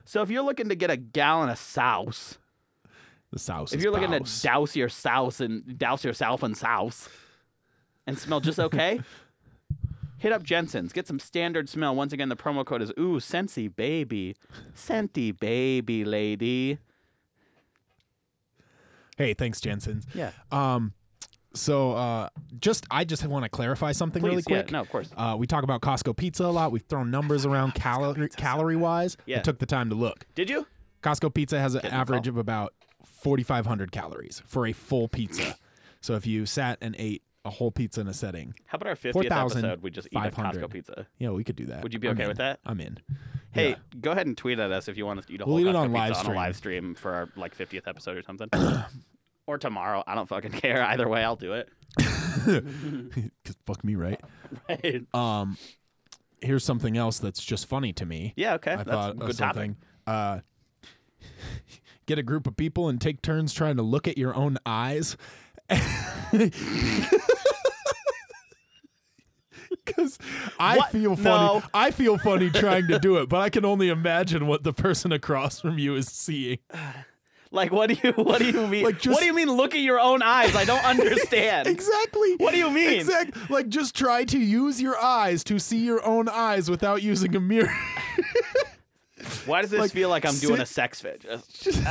Speaker 2: So if you're looking to get a gallon of sauce,
Speaker 1: The sauce.
Speaker 2: if
Speaker 1: is
Speaker 2: you're looking
Speaker 1: bows.
Speaker 2: to douse your sauce and douse yourself in sauce, and smell just okay, hit up Jensen's. Get some standard smell. Once again, the promo code is ooh Sensi baby, Senti baby lady.
Speaker 1: hey, thanks, Jensen.
Speaker 2: Yeah.
Speaker 1: Um, so uh, just I just want to clarify something really
Speaker 2: Please, yeah,
Speaker 1: quick.
Speaker 2: no, of course.
Speaker 1: Uh, we talk about Costco pizza a lot. We've thrown numbers around calorie calorie wise.
Speaker 2: Yeah.
Speaker 1: I took the time to look.
Speaker 2: Did you?
Speaker 1: Costco pizza has an
Speaker 2: the
Speaker 1: average
Speaker 2: call.
Speaker 1: of about 4,500 calories for a full pizza. so if you sat and ate a whole pizza in a setting,
Speaker 2: How about our 50th
Speaker 1: 4,500.
Speaker 2: episode? We just eat a Costco pizza.
Speaker 1: yeah, we could do that.
Speaker 2: Would you be
Speaker 1: I'm
Speaker 2: okay
Speaker 1: in.
Speaker 2: with that?
Speaker 1: I'm in.
Speaker 2: Hey,
Speaker 1: Yeah.
Speaker 2: go ahead and tweet at us if you want us to eat a whole
Speaker 1: We'll eat it
Speaker 2: Costco
Speaker 1: on
Speaker 2: pizza
Speaker 1: live
Speaker 2: on a live stream for our like 50th episode or something. or tomorrow. I don't fucking care. Either way, I'll do it.
Speaker 1: 'Cause fuck me, right?
Speaker 2: Right.
Speaker 1: Um, here's something else that's just funny to me.
Speaker 2: yeah, okay.
Speaker 1: I
Speaker 2: That's
Speaker 1: thought
Speaker 2: a
Speaker 1: of
Speaker 2: good topic.
Speaker 1: something. Uh, get a group of people and take turns trying to look at your own eyes. Because I
Speaker 2: What?
Speaker 1: feel funny.
Speaker 2: No.
Speaker 1: I feel funny trying to do it, but I can only imagine what the person across from you is seeing.
Speaker 2: Like, what do you what do you mean?
Speaker 1: Like, just-
Speaker 2: what do you mean? Look at your own eyes. I don't understand.
Speaker 1: Exactly.
Speaker 2: What do you mean?
Speaker 1: Exactly. Like, just try to use your eyes to see your own eyes without using a mirror.
Speaker 2: Why does this
Speaker 1: Like,
Speaker 2: feel like I'm doing
Speaker 1: sit-
Speaker 2: a sex fit? Just-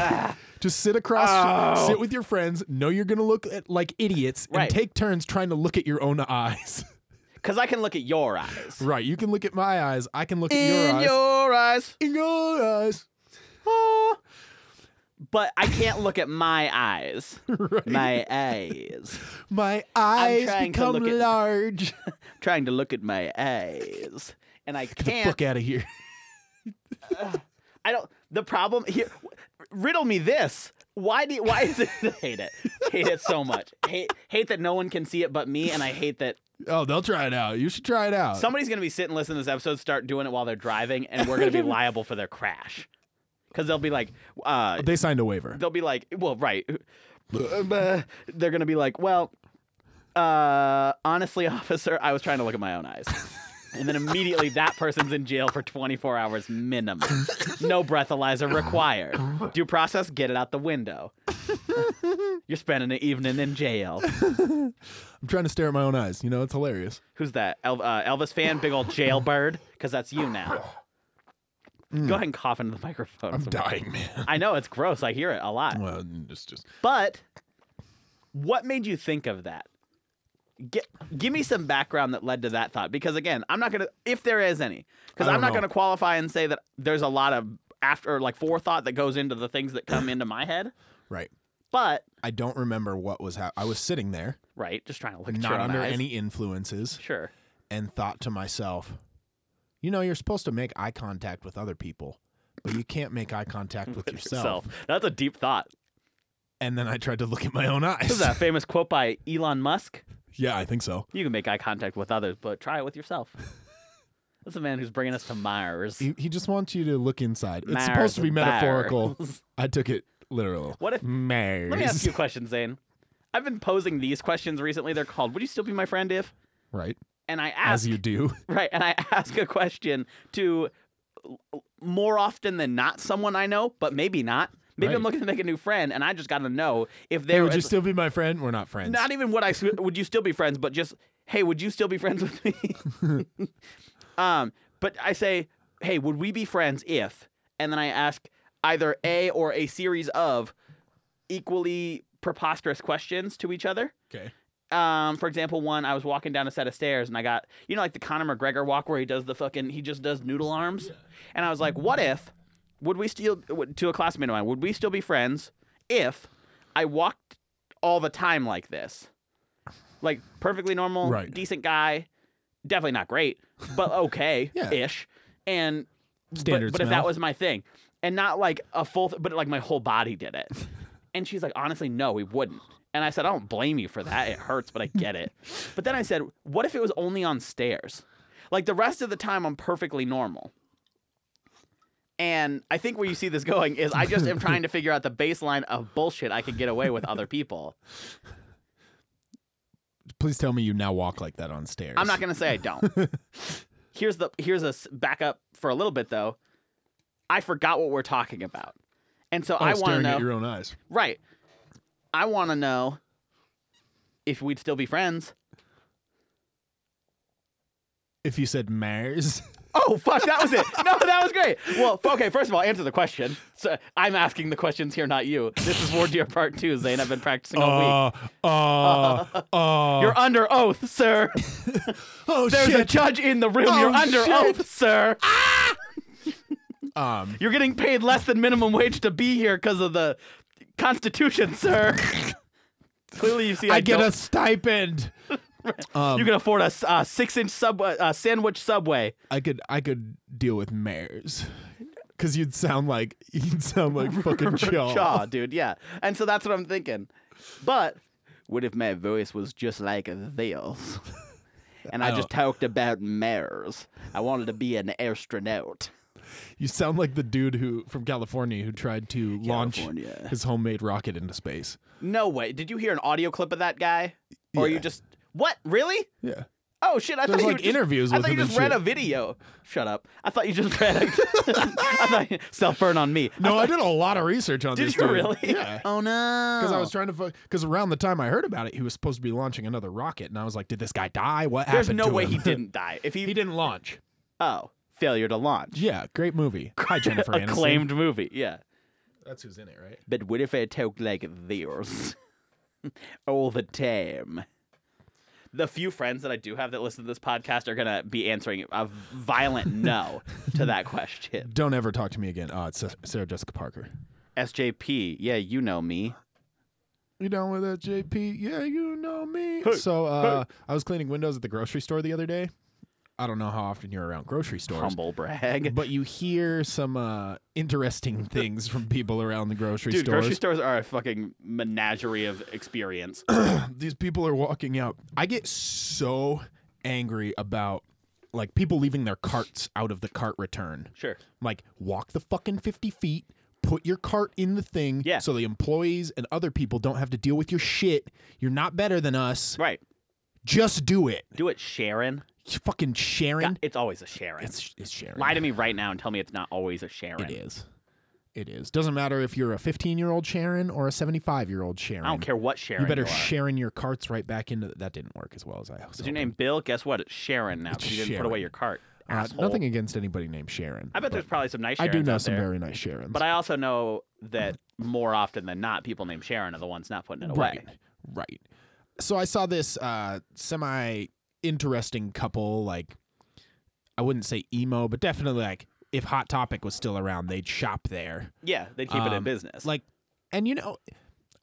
Speaker 1: just sit across,
Speaker 2: Ow.
Speaker 1: sit with your friends. Know you're gonna look at, like idiots
Speaker 2: Right.
Speaker 1: and take turns trying to look at your own eyes.
Speaker 2: Cause I can look at your eyes.
Speaker 1: right. You can look at my eyes. I can look at your
Speaker 2: In
Speaker 1: eyes.
Speaker 2: your eyes.
Speaker 1: in your eyes.
Speaker 2: Ah. But I can't look at my eyes.
Speaker 1: Right.
Speaker 2: My eyes.
Speaker 1: My eyes
Speaker 2: trying to
Speaker 1: become
Speaker 2: look at-
Speaker 1: large.
Speaker 2: Trying to look at my eyes. And I
Speaker 1: Get the
Speaker 2: can't
Speaker 1: fuck out of here.
Speaker 2: I don't. The problem here. Riddle me this. Why do? Why is it? hate it. Hate it so much. Hate hate that no one can see it but me, and I hate that
Speaker 1: Oh, they'll try it out. You should try it out.
Speaker 2: somebody's gonna be sitting listening to this episode, start doing it while they're driving, and we're gonna be liable for their crash. Because they'll be like, uh,
Speaker 1: they signed a waiver.
Speaker 2: they'll be like, well, right. They're gonna be like, well, uh, honestly, officer, I was trying to look at my own eyes. And then immediately that person's in jail for 24 hours minimum. No breathalyzer required. Due process, get it out the window. You're spending an evening in jail.
Speaker 1: I'm trying to stare at my own eyes. You know, it's hilarious.
Speaker 2: Who's that? El- uh, Elvis fan, big old jailbird? Because that's you now. Go ahead and cough into the microphone.
Speaker 1: I'm
Speaker 2: It's-
Speaker 1: dying, man.
Speaker 2: I know, it's gross. I hear it a lot.
Speaker 1: Well, it's just
Speaker 2: But what made you think of that? Gi- give me some background that led to that thought, because again, I'm not gonna if there is any, because
Speaker 1: I
Speaker 2: I'm
Speaker 1: don't
Speaker 2: not
Speaker 1: know.
Speaker 2: gonna qualify and say that there's a lot of after like forethought that goes into the things that come into my head.
Speaker 1: right.
Speaker 2: But
Speaker 1: I don't remember what was happening. I was sitting there,
Speaker 2: right, just trying to look at your
Speaker 1: not
Speaker 2: own
Speaker 1: under
Speaker 2: eyes.
Speaker 1: any influences,
Speaker 2: Sure,
Speaker 1: and thought to myself, you know, you're supposed to make eye contact with other people, but you can't make eye contact with yourself.
Speaker 2: Self. That's a deep thought.
Speaker 1: And then I tried to look at my own
Speaker 2: This is
Speaker 1: eyes.
Speaker 2: that famous quote by Elon Musk.
Speaker 1: yeah, I think so.
Speaker 2: You can make eye contact with others, but try it with yourself. That's a man who's bringing us to Mars.
Speaker 1: He, he just wants you to look inside. It's
Speaker 2: Mars,
Speaker 1: supposed to be
Speaker 2: Mars.
Speaker 1: metaphorical. I took it literal.
Speaker 2: What if-
Speaker 1: Mars.
Speaker 2: Let me ask you a question, Zane. I've been posing these questions recently. They're called "Would you still be my friend if?"
Speaker 1: Right.
Speaker 2: And I ask
Speaker 1: As you do.
Speaker 2: right, and I ask a question to more often than not someone I know, but maybe not. Maybe I'm
Speaker 1: Right.
Speaker 2: looking to make a new friend, and I just got to know if
Speaker 1: Hey,
Speaker 2: there
Speaker 1: would you
Speaker 2: is-
Speaker 1: still be my friend? We're not friends.
Speaker 2: not even what I s- would you still be friends, but just hey, would you still be friends with me? um, but I say, hey, would we be friends if? And then I ask either a or a series of equally preposterous questions to each other.
Speaker 1: okay.
Speaker 2: Um, for example, one I was walking down a set of stairs and I got you know like the Conor McGregor walk where he does the fucking he just does noodle arms, and I was like, what if would we still would- to a classmate of mine would we still be friends if I walked all the time like this, like perfectly normal,
Speaker 1: Right.
Speaker 2: decent guy, definitely not great, but okay
Speaker 1: Yeah.
Speaker 2: ish, and
Speaker 1: Standard
Speaker 2: but, but if
Speaker 1: smell.
Speaker 2: that was my thing, and not like a full, th- but like my whole body did it. And she's like, honestly, no, we wouldn't. And I said, I don't blame you for that. It hurts, but I get it. But then I said, what if it was only on stairs? Like the rest of the time, I'm perfectly normal. And I think where you see this going is I just am trying to figure out the baseline of bullshit I could get away with other people.
Speaker 1: Please tell me you now walk like that on stairs.
Speaker 2: I'm not gonna say I don't. here's the here's a s- backup for a little bit though. I forgot what we're talking about, and so
Speaker 1: Oh,
Speaker 2: I want to
Speaker 1: staring
Speaker 2: know.
Speaker 1: at your own eyes.
Speaker 2: Right. I want to know if we'd still be friends.
Speaker 1: If you said Mars,
Speaker 2: Oh fuck, that was it. No, that was great. Well, f- okay, first of all, answer the question. So I'm asking the questions here, not you. This is War Deer Part Two, Zane. I've been practicing all week.
Speaker 1: uh, uh, uh,
Speaker 2: You're under oath, sir.
Speaker 1: oh
Speaker 2: There's a
Speaker 1: shit.
Speaker 2: judge in the room.
Speaker 1: Oh,
Speaker 2: You're under
Speaker 1: shit.
Speaker 2: oath, sir.
Speaker 1: um,
Speaker 2: You're getting paid less than minimum wage to be here because of the Constitution, sir. Clearly, you see, I,
Speaker 1: I get
Speaker 2: don't-
Speaker 1: a stipend.
Speaker 2: You can afford a s- uh, six-inch sub uh, sandwich subway.
Speaker 1: I could I could deal with Mars, because you'd sound like you'd sound like fucking Jaw.
Speaker 2: Shaw, dude. Yeah. And so that's what I'm thinking. But what if my voice was just like theirs? And I,
Speaker 1: I
Speaker 2: just talked about mares. I wanted to be an astronaut.
Speaker 1: You sound like the dude who from California who tried to
Speaker 2: California.
Speaker 1: launch his homemade rocket into space.
Speaker 2: No way. Did you hear an audio clip of that guy? Or you
Speaker 1: Yeah.
Speaker 2: just what? Really?
Speaker 1: Yeah.
Speaker 2: Oh shit! I
Speaker 1: There's
Speaker 2: thought you
Speaker 1: like
Speaker 2: just,
Speaker 1: interviews
Speaker 2: I
Speaker 1: with
Speaker 2: thought you
Speaker 1: him and
Speaker 2: just read
Speaker 1: shit.
Speaker 2: a video. Shut up! I thought you just read. A, I thought you- self burn on me.
Speaker 1: No, I did a lot of research on
Speaker 2: Did
Speaker 1: this.
Speaker 2: you
Speaker 1: dude.
Speaker 2: really?
Speaker 1: Yeah.
Speaker 2: Oh no!
Speaker 1: Because I was trying to, because around the time I heard about it, he was supposed to be launching another rocket, and I was like, "Did this guy die? What
Speaker 2: There's
Speaker 1: happened?"
Speaker 2: no
Speaker 1: to
Speaker 2: way
Speaker 1: him?
Speaker 2: he didn't die. If he,
Speaker 1: he didn't launch.
Speaker 2: oh failure to launch.
Speaker 1: Yeah, great movie. Hi, Jennifer Aniston.
Speaker 2: Acclaimed movie. Yeah.
Speaker 1: That's who's in it, right?
Speaker 2: But what if I talk like this all the time? The few friends that I do have that listen to this podcast are gonna be answering a violent no to that question.
Speaker 1: Don't ever talk to me again. Oh, it's Sarah Jessica Parker.
Speaker 2: SJP, yeah, you know me.
Speaker 1: You down with that, JP? Yeah, you know me.
Speaker 2: Hey,
Speaker 1: so uh, I was cleaning windows at the grocery store the other day. I don't know how often you're around grocery stores,
Speaker 2: Humble brag.
Speaker 1: but you hear some uh, interesting things from people around the grocery
Speaker 2: Dude,
Speaker 1: stores.
Speaker 2: grocery stores are a fucking menagerie of experience.
Speaker 1: These people are walking out. I get so angry about like people leaving their carts out of the cart return.
Speaker 2: sure.
Speaker 1: Like, walk the fucking 50 feet, put your cart in the thing
Speaker 2: Yeah.
Speaker 1: so the employees and other people don't have to deal with your shit. You're not better than us.
Speaker 2: Right.
Speaker 1: Just do it.
Speaker 2: Do it, Sharon.
Speaker 1: You fucking Sharon.
Speaker 2: God, it's always a Sharon.
Speaker 1: It's, it's Sharon.
Speaker 2: Lie to me right now and tell me it's not always a Sharon.
Speaker 1: It is. It is. Doesn't matter if you're a 15 year old Sharon or a 75 year old Sharon.
Speaker 2: I don't care what Sharon
Speaker 1: You better
Speaker 2: are.
Speaker 1: Sharon your carts right back into that. Didn't work as well as I was.
Speaker 2: Is your
Speaker 1: hoping.
Speaker 2: name Bill? Guess what? It's Sharon now. 'cause You didn't put away
Speaker 1: Sharon.
Speaker 2: your cart.
Speaker 1: Uh,
Speaker 2: asshole.
Speaker 1: nothing against anybody named Sharon.
Speaker 2: I
Speaker 1: but
Speaker 2: bet there's probably some nice.
Speaker 1: I
Speaker 2: Sharons
Speaker 1: do know
Speaker 2: out
Speaker 1: some
Speaker 2: there,
Speaker 1: very nice Sharons.
Speaker 2: But I also know that more often than not, people named Sharon are the ones not putting it away.
Speaker 1: right, right. So I saw this uh, semi interesting couple. Like, I wouldn't say emo, but definitely like if Hot Topic was still around, they'd shop there.
Speaker 2: Yeah, they keep it in
Speaker 1: Um,
Speaker 2: business.
Speaker 1: Like, and you know,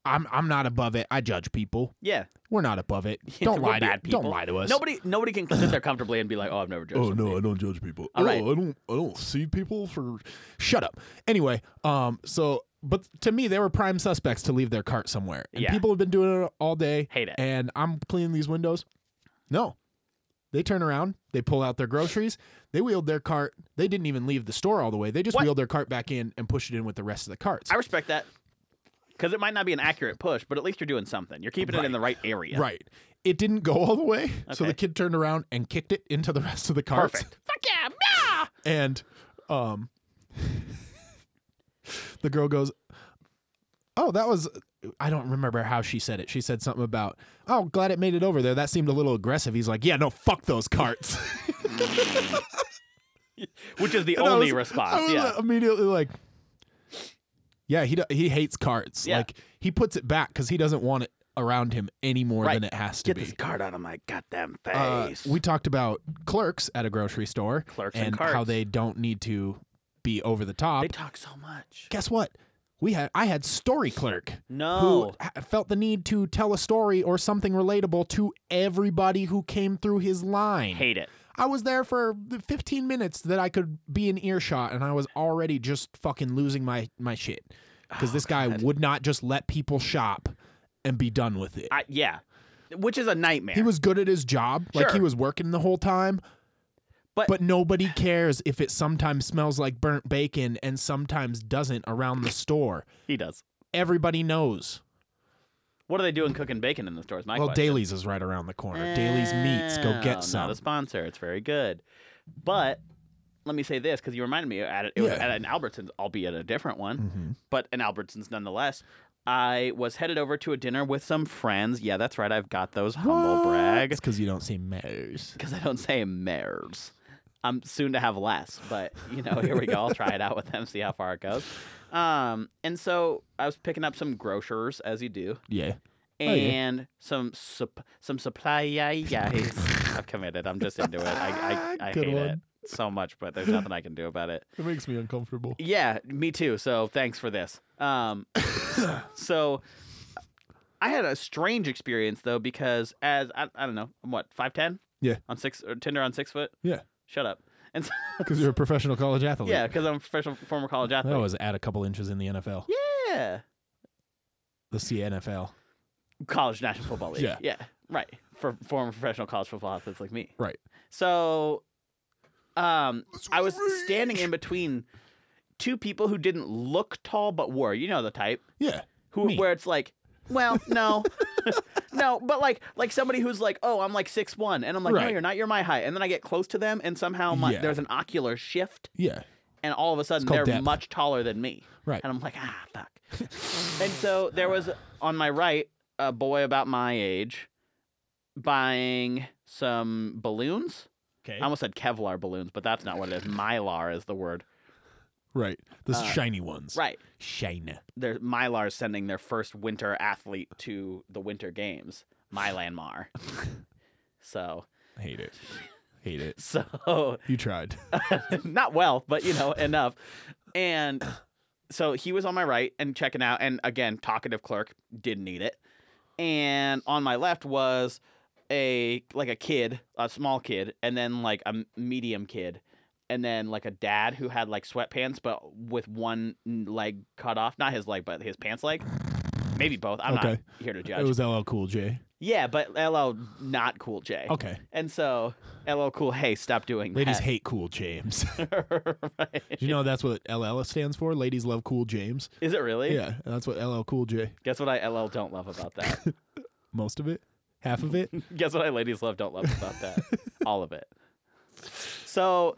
Speaker 1: I'm I'm not above it. I judge people.
Speaker 2: yeah,
Speaker 1: We're not above it.
Speaker 2: Yeah,
Speaker 1: Don't
Speaker 2: we're
Speaker 1: lie to
Speaker 2: bad
Speaker 1: don't
Speaker 2: people.
Speaker 1: lie to us.
Speaker 2: nobody nobody can sit there comfortably and be like, "Oh, I've never judged."
Speaker 1: Oh
Speaker 2: somebody."
Speaker 1: no, I don't judge people.
Speaker 2: All
Speaker 1: oh,
Speaker 2: right.
Speaker 1: I don't I don't see people for shut up. Anyway, um so but to me they were prime suspects to leave their cart somewhere. And
Speaker 2: Yeah.
Speaker 1: people have been doing it all day.
Speaker 2: Hate it.
Speaker 1: And I'm cleaning these windows. No. They turn around, they pull out their groceries, they wheeled their cart. They didn't even leave the store all the way. They just
Speaker 2: What?
Speaker 1: wheeled their cart back in and pushed it in with the rest of the carts.
Speaker 2: I respect that because it might not be an accurate push, but at least you're doing something. You're keeping it in
Speaker 1: Right.
Speaker 2: the right area.
Speaker 1: Right. It didn't go all the way. So
Speaker 2: Okay.
Speaker 1: the kid turned around and kicked it into the rest of the carts.
Speaker 2: Perfect. Fuck yeah! Nah!
Speaker 1: And um the girl goes, "Oh, that was I don't remember how she said it. She said something about, "Oh, glad it made it over there. That seemed a little aggressive." He's like, "Yeah, no, fuck those carts."
Speaker 2: Uh, Which is the
Speaker 1: And I was-
Speaker 2: only
Speaker 1: I
Speaker 2: response.
Speaker 1: was uh,
Speaker 2: Yeah.
Speaker 1: immediately like Yeah, he do- he hates carts.
Speaker 2: Yeah.
Speaker 1: Like he puts it back cuz he doesn't want it around him any more
Speaker 2: Right.
Speaker 1: than it has to
Speaker 2: Get
Speaker 1: be.
Speaker 2: this card out of my goddamn
Speaker 1: Uh,
Speaker 2: face.
Speaker 1: we talked about clerks at a grocery store
Speaker 2: Clerks and
Speaker 1: and how
Speaker 2: carts.
Speaker 1: they don't need to be over the top.
Speaker 2: they talk so much.
Speaker 1: Guess what? We had I had story clerk
Speaker 2: No.
Speaker 1: who ha- felt the need to tell a story or something relatable to everybody who came through his line.
Speaker 2: Hate it.
Speaker 1: I was there for the 15 minutes that I could be in earshot and I was already just fucking losing my my shit
Speaker 2: Oh,
Speaker 1: cuz this guy would not just let people shop and be done with it.
Speaker 2: I, yeah. Which is a nightmare.
Speaker 1: He was good at his job. Like he
Speaker 2: Sure.
Speaker 1: was working the whole time.
Speaker 2: But-
Speaker 1: but nobody cares if it sometimes smells like burnt bacon and sometimes doesn't around the store.
Speaker 2: he does.
Speaker 1: Everybody knows.
Speaker 2: What are they doing cooking bacon in the stores? My
Speaker 1: well,
Speaker 2: question.
Speaker 1: Daly's is right around the corner. Daly's Meats. Go
Speaker 2: Oh,
Speaker 1: get some.
Speaker 2: Not a sponsor. It's very good. But let me say this because you reminded me at it, it was
Speaker 1: Yeah.
Speaker 2: at an Albertsons, albeit a different one,
Speaker 1: Mhm.
Speaker 2: but an Albertsons nonetheless. I was headed over to a dinner with some friends. Yeah, that's right. I've got those humble brags
Speaker 1: because you don't see mares.
Speaker 2: because I don't say mares. I'm soon to have less, but you know, here we go. I'll try it out with them, see how far it goes. Um, and so I was picking up some grocers, as you do
Speaker 1: Yeah. Oh, yeah.
Speaker 2: and some sup- some supply yeah yeah I've committed. I'm just into it. I I, I
Speaker 1: Good
Speaker 2: hate it
Speaker 1: one.
Speaker 2: so much, but there's nothing I can do about it.
Speaker 1: It makes me uncomfortable.
Speaker 2: Yeah, me too. So thanks for this. Um, so I had a strange experience though because as I, I don't know, I'm what five ten?
Speaker 1: Yeah.
Speaker 2: on six or Tinder on six foot.
Speaker 1: Yeah. Oh,
Speaker 2: Shut up. And so,
Speaker 1: Because you're a professional college athlete.
Speaker 2: yeah, because I'm a professional former college
Speaker 1: I
Speaker 2: athlete.
Speaker 1: always add a couple inches in the NFL.
Speaker 2: yeah,
Speaker 1: The CNFL.
Speaker 2: college national football league.
Speaker 1: Yeah.
Speaker 2: yeah, right. For former professional college football athletes like me.
Speaker 1: Right.
Speaker 2: So, um, I was standing in between two people who didn't look tall but were, you know, the type
Speaker 1: Yeah.
Speaker 2: who
Speaker 1: Me.
Speaker 2: where it's like, well, no, no, but like like somebody who's like, oh, I'm like six one, and I'm like, no,
Speaker 1: Right.
Speaker 2: you're not. You're my height. And then I get close to them, and somehow my,
Speaker 1: Yeah.
Speaker 2: there's an ocular shift,
Speaker 1: Yeah.
Speaker 2: and all of a sudden they're
Speaker 1: called depth.
Speaker 2: much taller than me.
Speaker 1: Right.
Speaker 2: And I'm like, ah, fuck. and so there was on my right a boy about my age buying some balloons.
Speaker 1: Okay.
Speaker 2: I almost said Kevlar balloons, but that's not what it is. Mylar is the word.
Speaker 1: Right. The
Speaker 2: Uh,
Speaker 1: shiny ones.
Speaker 2: Right.
Speaker 1: Shiny.
Speaker 2: There's Mylar sending their first winter athlete to the winter games. Mylan Mar. so
Speaker 1: I hate it. Hate it.
Speaker 2: so
Speaker 1: You tried.
Speaker 2: not well, but you know, enough. And so he was on my right and checking out. And again, talkative clerk didn't need it. And on my left was a like a kid, a small kid, and then like a medium kid, and then like a dad who had like sweatpants but with one leg cut off, not his leg, but his pants leg. Maybe both. I'm not
Speaker 1: Okay.
Speaker 2: here to judge.
Speaker 1: it was LL Cool J.
Speaker 2: yeah, but LL not cool J.
Speaker 1: Okay.
Speaker 2: And so LL cool, hey, stop doing
Speaker 1: Ladies
Speaker 2: that.
Speaker 1: hate Cool James.
Speaker 2: right.
Speaker 1: Do you know that's what LL stands for? Ladies love Cool James.
Speaker 2: Is it really?
Speaker 1: Yeah, and that's what LL Cool J.
Speaker 2: Guess what I LL don't love about that.
Speaker 1: Most of it, half of it.
Speaker 2: Guess what I ladies love don't love about that. All of it. So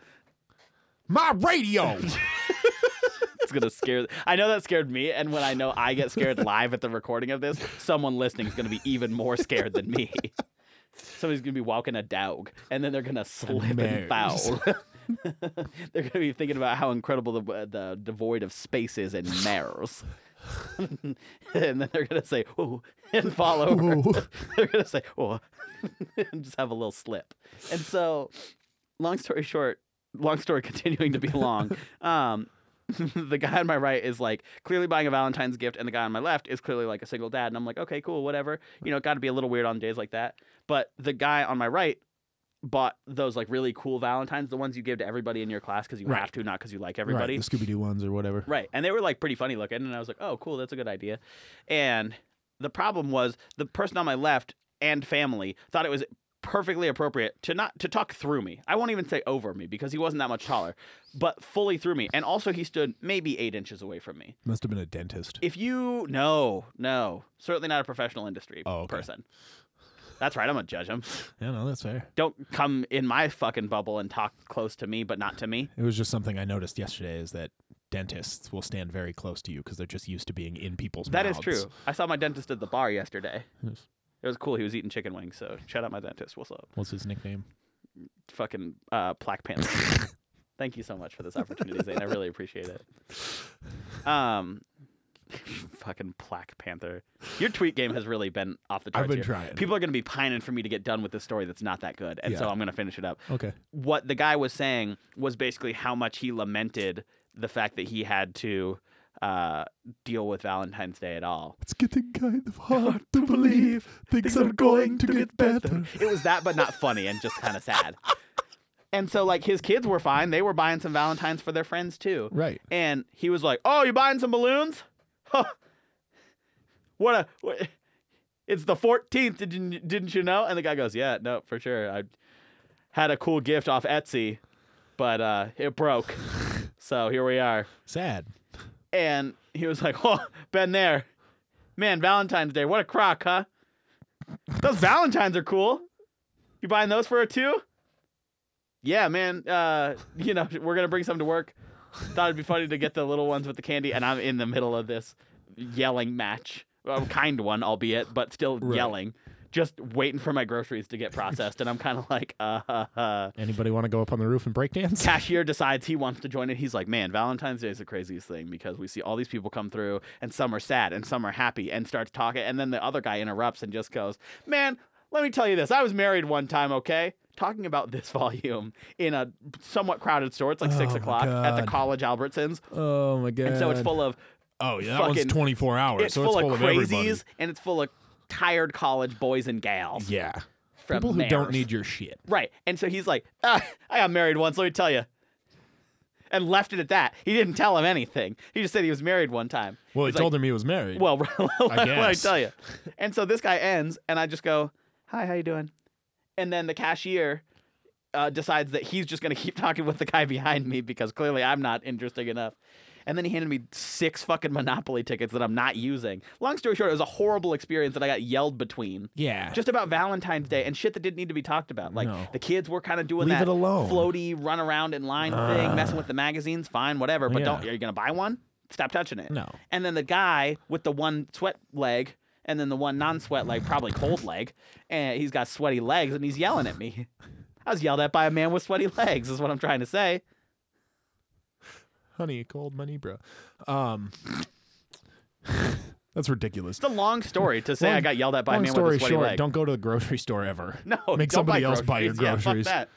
Speaker 1: My radio.
Speaker 2: it's gonna scare. I know that scared me, and when I know I get scared live at the recording of this, someone listening is gonna be even more scared than me. Somebody's gonna be walking a dog, and then they're gonna slip and
Speaker 1: Mares.
Speaker 2: foul. they're gonna be thinking about how incredible the uh, the devoid of space is in mares. and then they're gonna say, "Ooh," and fall over.
Speaker 1: Ooh.
Speaker 2: they're gonna say, "Oh," and just have a little slip. And so, long story short, long story continuing to be long. Um, the guy on my right is like clearly buying a Valentine's gift, and the guy on my left is clearly like a single dad. And I'm like, okay, cool, whatever. You know, got to be a little weird on days like that. But the guy on my right bought those like really cool Valentines, the ones you give to everybody in your class because you
Speaker 1: Right.
Speaker 2: have to, not because you like
Speaker 1: right,
Speaker 2: everybody.
Speaker 1: the Scooby Doo ones or whatever.
Speaker 2: Right. And they were like pretty funny looking. And I was like, oh, cool. That's a good idea. And the problem was the person on my left and family thought it was perfectly appropriate to not to talk through me. I won't even say over me because he wasn't that much taller, but fully through me. And also he stood maybe eight inches away from me.
Speaker 1: Must have been a dentist.
Speaker 2: If you no, no, certainly not a professional industry
Speaker 1: Oh, okay.
Speaker 2: person. That's right. I'm gonna judge him.
Speaker 1: yeah, no, that's fair.
Speaker 2: Don't come in my fucking bubble and talk close to me, but not to me.
Speaker 1: It was just something I noticed yesterday is that dentists will stand very close to you because they're just used to being in people's
Speaker 2: That is
Speaker 1: mouths.
Speaker 2: true. I saw my dentist at the bar yesterday. It was cool. He was eating chicken wings. So shout out my dentist. What's up?
Speaker 1: What's his nickname?
Speaker 2: Fucking uh, Black Panther. Thank you so much for this opportunity, Zane. I really appreciate it. Um, fucking Black Panther. Your tweet game has really been off the charts.
Speaker 1: I've been
Speaker 2: here.
Speaker 1: trying.
Speaker 2: People are going to be pining for me to get done with this story that's not that good, and so
Speaker 1: Yeah.
Speaker 2: I'm going to finish it up
Speaker 1: Okay.
Speaker 2: what the guy was saying was basically how much he lamented the fact that he had to uh, deal with Valentine's Day at all.
Speaker 1: It's getting kind of hard to believe things are going to get better.
Speaker 2: It was that, but not funny and just kind of sad. And so, like, his kids were fine. They were buying some Valentines for their friends, too.
Speaker 1: Right.
Speaker 2: And he was like, Oh, you buying some balloons? Huh. What a. What, it's the 14th. Did you, didn't you know? And the guy goes, Yeah, no, for sure. I had a cool gift off Etsy, but uh, it broke. so here we are.
Speaker 1: Sad.
Speaker 2: And he was like, Oh, been there. Man, Valentine's Day. What a crock, huh? Those Valentines are cool. You buying those for her too? Yeah, man. Uh, you know, we're gonna bring some to work. Thought it'd be funny to get the little ones with the candy, and I'm in the middle of this yelling match. Well, kind one, albeit, but still
Speaker 1: Right.
Speaker 2: yelling. Just waiting for my groceries to get processed, and I'm kind of like, uh, uh, uh.
Speaker 1: Anybody want to go up on the roof and break dance?
Speaker 2: Cashier decides he wants to join it. He's like, man, Valentine's Day is the craziest thing because we see all these people come through, and some are sad and some are happy, and starts talking. And then the other guy interrupts and just goes, man, let me tell you this. I was married one time, okay? Talking about this volume in a somewhat crowded store. It's like
Speaker 1: Oh,
Speaker 2: six
Speaker 1: my
Speaker 2: o'clock at the
Speaker 1: God.
Speaker 2: College Albertsons.
Speaker 1: Oh my god.
Speaker 2: And so it's full of
Speaker 1: Oh yeah, that
Speaker 2: fucking-
Speaker 1: one's 24 hours.
Speaker 2: it's
Speaker 1: so
Speaker 2: full,
Speaker 1: it's full
Speaker 2: of
Speaker 1: everybody.
Speaker 2: crazies and it's full of tired college boys and gals.
Speaker 1: Yeah.
Speaker 2: From
Speaker 1: People who don't
Speaker 2: Mares.
Speaker 1: need your shit.
Speaker 2: Right. And so he's like, ah, I got married once, let me tell you. And left it at that. He didn't tell him anything. He just said he was married one time.
Speaker 1: Well, he
Speaker 2: He's
Speaker 1: told
Speaker 2: like,
Speaker 1: him he was married.
Speaker 2: Well, let me
Speaker 1: guess.
Speaker 2: tell you. And so this guy ends, and I just go, "Hi, how you doing?" And then the cashier uh, decides that he's just going to keep talking with the guy behind me because clearly I'm not interesting enough. And then he handed me six fucking Monopoly tickets that I'm not using. Long story short, it was a horrible experience that I got yelled between.
Speaker 1: Yeah.
Speaker 2: Just about Valentine's Day and shit that didn't need to be talked about. Like
Speaker 1: No.
Speaker 2: the kids were kind of doing
Speaker 1: Leave it
Speaker 2: that
Speaker 1: alone. Ah.
Speaker 2: floaty run around in line thing, messing with the magazines, fine, whatever. But
Speaker 1: Yeah.
Speaker 2: don't are you gonna buy one? Stop touching it.
Speaker 1: No.
Speaker 2: And then the guy with the one sweat leg and then the one non-sweat leg, probably cold leg, and he's got sweaty legs and he's yelling at me. I was yelled at by a man with sweaty legs, is what I'm trying to say.
Speaker 1: honey, cold money, bro. Um, that's ridiculous.
Speaker 2: It's a long story to say I
Speaker 1: Long-
Speaker 2: got yelled at by a
Speaker 1: Long
Speaker 2: man with
Speaker 1: story
Speaker 2: a sweaty
Speaker 1: short,
Speaker 2: leg.
Speaker 1: don't go to the grocery store ever.
Speaker 2: no,
Speaker 1: make
Speaker 2: don't
Speaker 1: somebody
Speaker 2: buy
Speaker 1: else buy your
Speaker 2: groceries.
Speaker 1: groceries.
Speaker 2: Yeah, fuck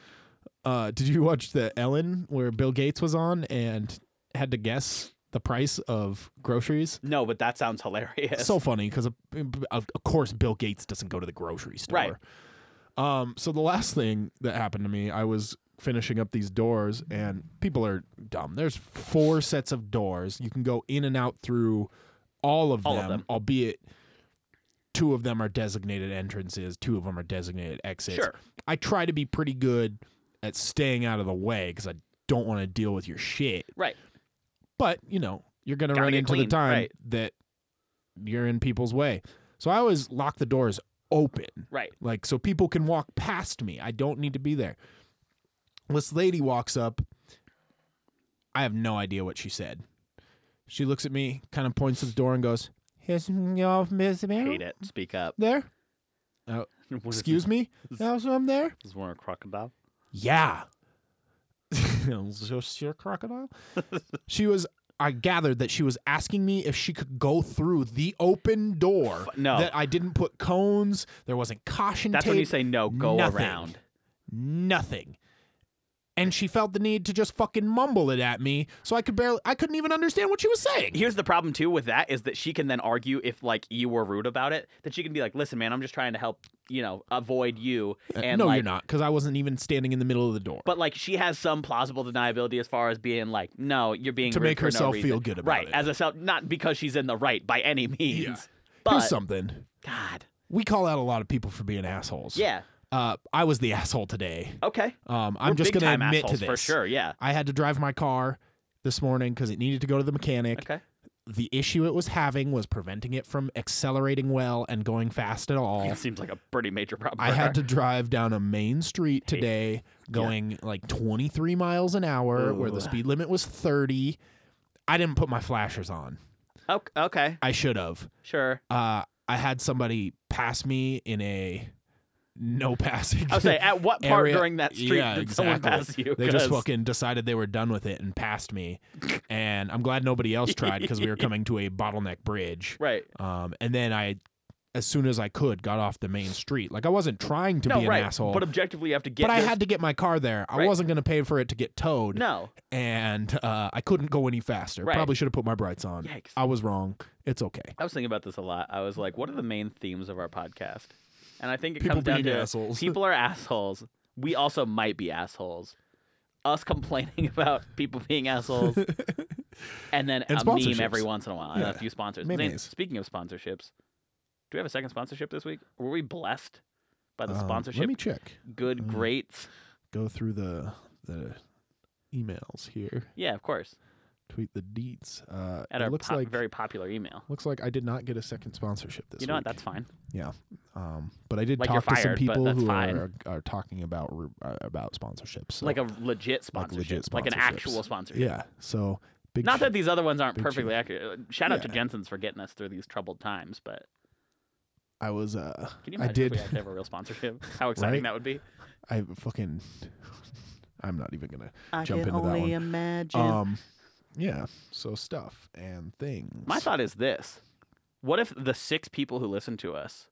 Speaker 1: Uh, did you watch the Ellen where Bill Gates was on and had to guess the price of groceries?
Speaker 2: that. No, but that sounds hilarious.
Speaker 1: So funny because of, of course Bill Gates doesn't go to the grocery store. Right. Um. So the last thing that happened to me, I was finishing up these doors, and people are dumb. There's four sets of doors. You can go in and out through all of
Speaker 2: All of
Speaker 1: them,
Speaker 2: them.
Speaker 1: albeit two of them are designated entrances, two of them are designated exits.
Speaker 2: Sure.
Speaker 1: I try to be pretty good at staying out of the way because I don't want to deal with your shit
Speaker 2: right.
Speaker 1: but you know you're gonna
Speaker 2: Gotta
Speaker 1: run
Speaker 2: get
Speaker 1: into
Speaker 2: clean,
Speaker 1: the time
Speaker 2: right.
Speaker 1: that you're in people's way so i always lock the doors open
Speaker 2: Right.
Speaker 1: like so people can walk past me i don't need to be there this lady walks up i have no idea what she said she looks at me kind of points to the door and goes here's your miss
Speaker 2: Hate it. Speak up.
Speaker 1: there
Speaker 2: What is
Speaker 1: excuse me there's some there
Speaker 2: This is one a crocodile.
Speaker 1: Yeah. Just your crocodile. she was. I gathered that she was asking me if she could go through the open door.
Speaker 2: no.
Speaker 1: That I didn't put cones. There wasn't caution
Speaker 2: That's
Speaker 1: tape.
Speaker 2: when you say no. Go
Speaker 1: nothing.
Speaker 2: around.
Speaker 1: nothing. And she felt the need to just fucking mumble it at me, so I could barely. I couldn't even understand what she was saying.
Speaker 2: Here's the problem too with that is that she can then argue if like you were rude about it that she can be like, listen, man, I'm just trying to help you know avoid you and
Speaker 1: Uh, no,
Speaker 2: like,
Speaker 1: you're not, because I wasn't even standing in the middle of the door.
Speaker 2: But like she has some plausible deniability as far as being like, no, you're being
Speaker 1: To
Speaker 2: rude
Speaker 1: make
Speaker 2: for no
Speaker 1: herself feel
Speaker 2: reason."
Speaker 1: good about
Speaker 2: right
Speaker 1: it.
Speaker 2: as a self, not because she's in the right by any means.
Speaker 1: Here's
Speaker 2: But
Speaker 1: Here's something.
Speaker 2: God,
Speaker 1: We call out a lot of people for being assholes.
Speaker 2: yeah,
Speaker 1: Uh, I was the asshole today.
Speaker 2: okay.
Speaker 1: Um, I'm
Speaker 2: We're
Speaker 1: just
Speaker 2: big
Speaker 1: going
Speaker 2: time
Speaker 1: to admit to
Speaker 2: assholes
Speaker 1: this
Speaker 2: for sure. Yeah,
Speaker 1: I had to drive my car this morning because it needed to go to the mechanic.
Speaker 2: okay.
Speaker 1: The issue it was having was preventing it from accelerating well and going fast at all.
Speaker 2: It seems like a pretty major problem.
Speaker 1: I
Speaker 2: for her.
Speaker 1: had to drive down a main street today going like 23 miles an hour where the
Speaker 2: Ooh.
Speaker 1: speed limit was 30. I didn't put my flashers on.
Speaker 2: Ok- Okay,
Speaker 1: I should have.
Speaker 2: sure.
Speaker 1: Uh, I had somebody pass me in a no passing.
Speaker 2: I'll say at what part
Speaker 1: area-
Speaker 2: during that street
Speaker 1: yeah,
Speaker 2: did
Speaker 1: exactly.
Speaker 2: someone pass you?
Speaker 1: They just
Speaker 2: 'Cause-
Speaker 1: fucking decided they were done with it and passed me. and I'm glad nobody else tried because we were coming to a bottleneck bridge.
Speaker 2: right.
Speaker 1: Um, and then I, as soon as I could, got off the main street. Like I wasn't trying to
Speaker 2: no,
Speaker 1: be an
Speaker 2: right.
Speaker 1: asshole,
Speaker 2: But
Speaker 1: but,
Speaker 2: objectively, you have to get.
Speaker 1: I
Speaker 2: this-
Speaker 1: had to get my car there. I
Speaker 2: Right.
Speaker 1: wasn't going to pay for it to get towed,
Speaker 2: no.
Speaker 1: and uh, I couldn't go any faster.
Speaker 2: Right.
Speaker 1: Probably should have put my brights on.
Speaker 2: Yikes.
Speaker 1: I was wrong. It's okay.
Speaker 2: I was thinking about this a lot. I was like, what are the main themes of our podcast? And I think it
Speaker 1: People
Speaker 2: comes down
Speaker 1: being
Speaker 2: to
Speaker 1: assholes.
Speaker 2: people are assholes. We also might be assholes. Us complaining about people being assholes, and then
Speaker 1: And
Speaker 2: a meme
Speaker 1: sponsorships.
Speaker 2: every once in a while, and a
Speaker 1: Yeah.
Speaker 2: few sponsors.
Speaker 1: Memes.
Speaker 2: And Speaking of sponsorships, do we have a second sponsorship this week? Were we blessed by the
Speaker 1: Um,
Speaker 2: sponsorship?
Speaker 1: Let me check.
Speaker 2: Good
Speaker 1: Mm.
Speaker 2: greats.
Speaker 1: Go through the the emails here.
Speaker 2: Yeah, of course.
Speaker 1: Tweet the deets. Uh,
Speaker 2: At
Speaker 1: it
Speaker 2: our
Speaker 1: looks
Speaker 2: pop-
Speaker 1: like
Speaker 2: very popular email.
Speaker 1: Looks like I did not get a second sponsorship this
Speaker 2: You know what?
Speaker 1: week.
Speaker 2: That's fine.
Speaker 1: um, but I did
Speaker 2: Like, you're
Speaker 1: talk to some
Speaker 2: fired, but
Speaker 1: people
Speaker 2: that's
Speaker 1: who
Speaker 2: fine.
Speaker 1: are, are talking about re- uh, about sponsorships. So,
Speaker 2: like a legit
Speaker 1: Like
Speaker 2: sponsorship,
Speaker 1: legit
Speaker 2: like an actual
Speaker 1: sponsorships.
Speaker 2: sponsorship.
Speaker 1: yeah, so big.
Speaker 2: Not
Speaker 1: sh-
Speaker 2: that these other ones aren't
Speaker 1: Big
Speaker 2: perfectly
Speaker 1: change.
Speaker 2: accurate. Uh, Shout out to
Speaker 1: Yeah.
Speaker 2: Jensen's for getting us through these troubled times, but
Speaker 1: I was. Uh,
Speaker 2: can you
Speaker 1: I
Speaker 2: imagine if
Speaker 1: did.
Speaker 2: we actually have a real sponsorship? How exciting
Speaker 1: Right?
Speaker 2: that would be.
Speaker 1: I fucking. I'm not even gonna.
Speaker 2: I
Speaker 1: Jump can into that only one.
Speaker 2: imagine.
Speaker 1: Um, yeah. So stuff and things.
Speaker 2: My thought is this. What if the six people who listen to us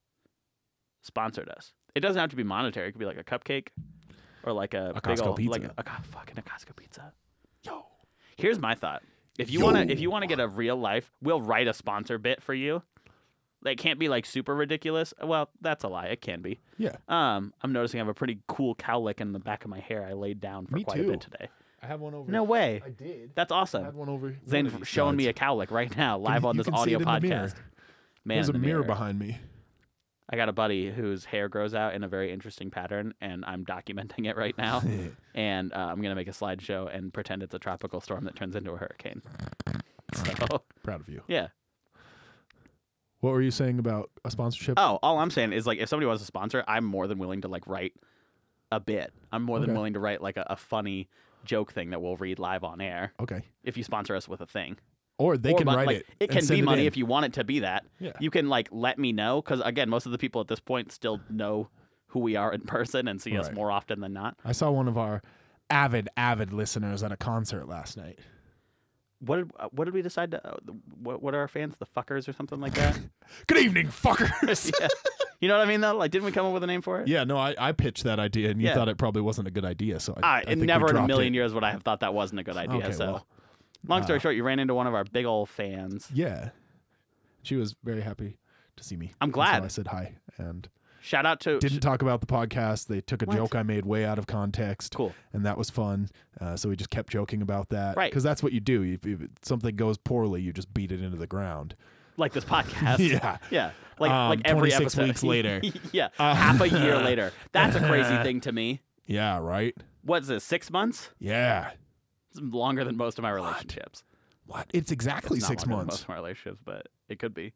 Speaker 2: sponsored us? It doesn't have to be monetary. It could be like a cupcake or like a,
Speaker 1: A
Speaker 2: big
Speaker 1: Costco
Speaker 2: ol'- like
Speaker 1: pizza.
Speaker 2: a, a fucking a Costco pizza.
Speaker 1: Yo.
Speaker 2: Here's my thought. If you want to if you
Speaker 1: Yo.
Speaker 2: want to get a real life, we'll write a sponsor bit for you. That can't be like super ridiculous. Well, that's a lie. It can be.
Speaker 1: Yeah.
Speaker 2: Um, I'm noticing I have a pretty cool cowlick in the back of my hair. I laid down for
Speaker 1: Me
Speaker 2: quite a
Speaker 1: too.
Speaker 2: bit today.
Speaker 1: I have one over.
Speaker 2: No way.
Speaker 1: I did.
Speaker 2: That's
Speaker 1: I had
Speaker 2: awesome.
Speaker 1: one over.
Speaker 2: Zane's showing me a cowlick right now, live
Speaker 1: you-
Speaker 2: on
Speaker 1: you
Speaker 2: this
Speaker 1: can see
Speaker 2: audio
Speaker 1: it in the mirror.
Speaker 2: podcast. Man,
Speaker 1: There's
Speaker 2: in
Speaker 1: a
Speaker 2: the
Speaker 1: mirror behind me.
Speaker 2: I got a buddy whose hair grows out in a very interesting pattern, and I'm documenting it right now. and uh, I'm gonna make a slideshow and pretend it's a tropical storm that turns into a hurricane. So,
Speaker 1: Proud of you.
Speaker 2: yeah.
Speaker 1: What were you saying about a sponsorship?
Speaker 2: Oh, all I'm saying is like if somebody wants to sponsor, I'm more than willing to like write a bit. I'm more than
Speaker 1: Okay.
Speaker 2: willing to write like a, a funny joke thing that we'll read live on air
Speaker 1: Okay.
Speaker 2: if you sponsor us with a thing.
Speaker 1: Or they
Speaker 2: Or
Speaker 1: can
Speaker 2: mon-
Speaker 1: write
Speaker 2: like,
Speaker 1: it.
Speaker 2: It can be money if you want it to be that.
Speaker 1: Yeah.
Speaker 2: You can like let me know because again, most of the people at this point still know who we are in person and see us
Speaker 1: Right.
Speaker 2: more often than not.
Speaker 1: I saw one of our avid, avid listeners at a concert last night.
Speaker 2: What did uh, what did we decide to? Uh, what what are our fans? The fuckers or something like that?
Speaker 1: Good evening, fuckers.
Speaker 2: yeah. You know what I mean though? Like, didn't we come up with a name for it?
Speaker 1: yeah, no, I, I pitched that idea and you
Speaker 2: Yeah.
Speaker 1: thought it probably wasn't a good idea. So I,
Speaker 2: I,
Speaker 1: I think we
Speaker 2: never Ah, in a
Speaker 1: dropped
Speaker 2: million
Speaker 1: it.
Speaker 2: years would I have thought that wasn't a good idea.
Speaker 1: Okay,
Speaker 2: so,
Speaker 1: well, uh,
Speaker 2: long story short, you ran into one of our big old fans.
Speaker 1: Yeah. She was very happy to see me.
Speaker 2: I'm
Speaker 1: And so
Speaker 2: glad.
Speaker 1: I said hi and
Speaker 2: Shout out to
Speaker 1: didn't talk about the podcast. They took a
Speaker 2: What?
Speaker 1: joke I made way out of context.
Speaker 2: Cool.
Speaker 1: And that was fun. Uh, so we just kept joking about that.
Speaker 2: Right.
Speaker 1: Because that's what you do. If, if something goes poorly, you just beat it into the ground.
Speaker 2: like this podcast.
Speaker 1: Yeah.
Speaker 2: yeah, like
Speaker 1: Um,
Speaker 2: like every
Speaker 1: 26
Speaker 2: episode.
Speaker 1: weeks later. Uh,
Speaker 2: yeah, half a year later. That's a crazy thing to me.
Speaker 1: Yeah, right?
Speaker 2: What's this? Six months?
Speaker 1: Yeah.
Speaker 2: It's longer than most of my relationships.
Speaker 1: What? It's exactly
Speaker 2: It's not
Speaker 1: six
Speaker 2: longer than
Speaker 1: months.
Speaker 2: most of my relationships, but it could be.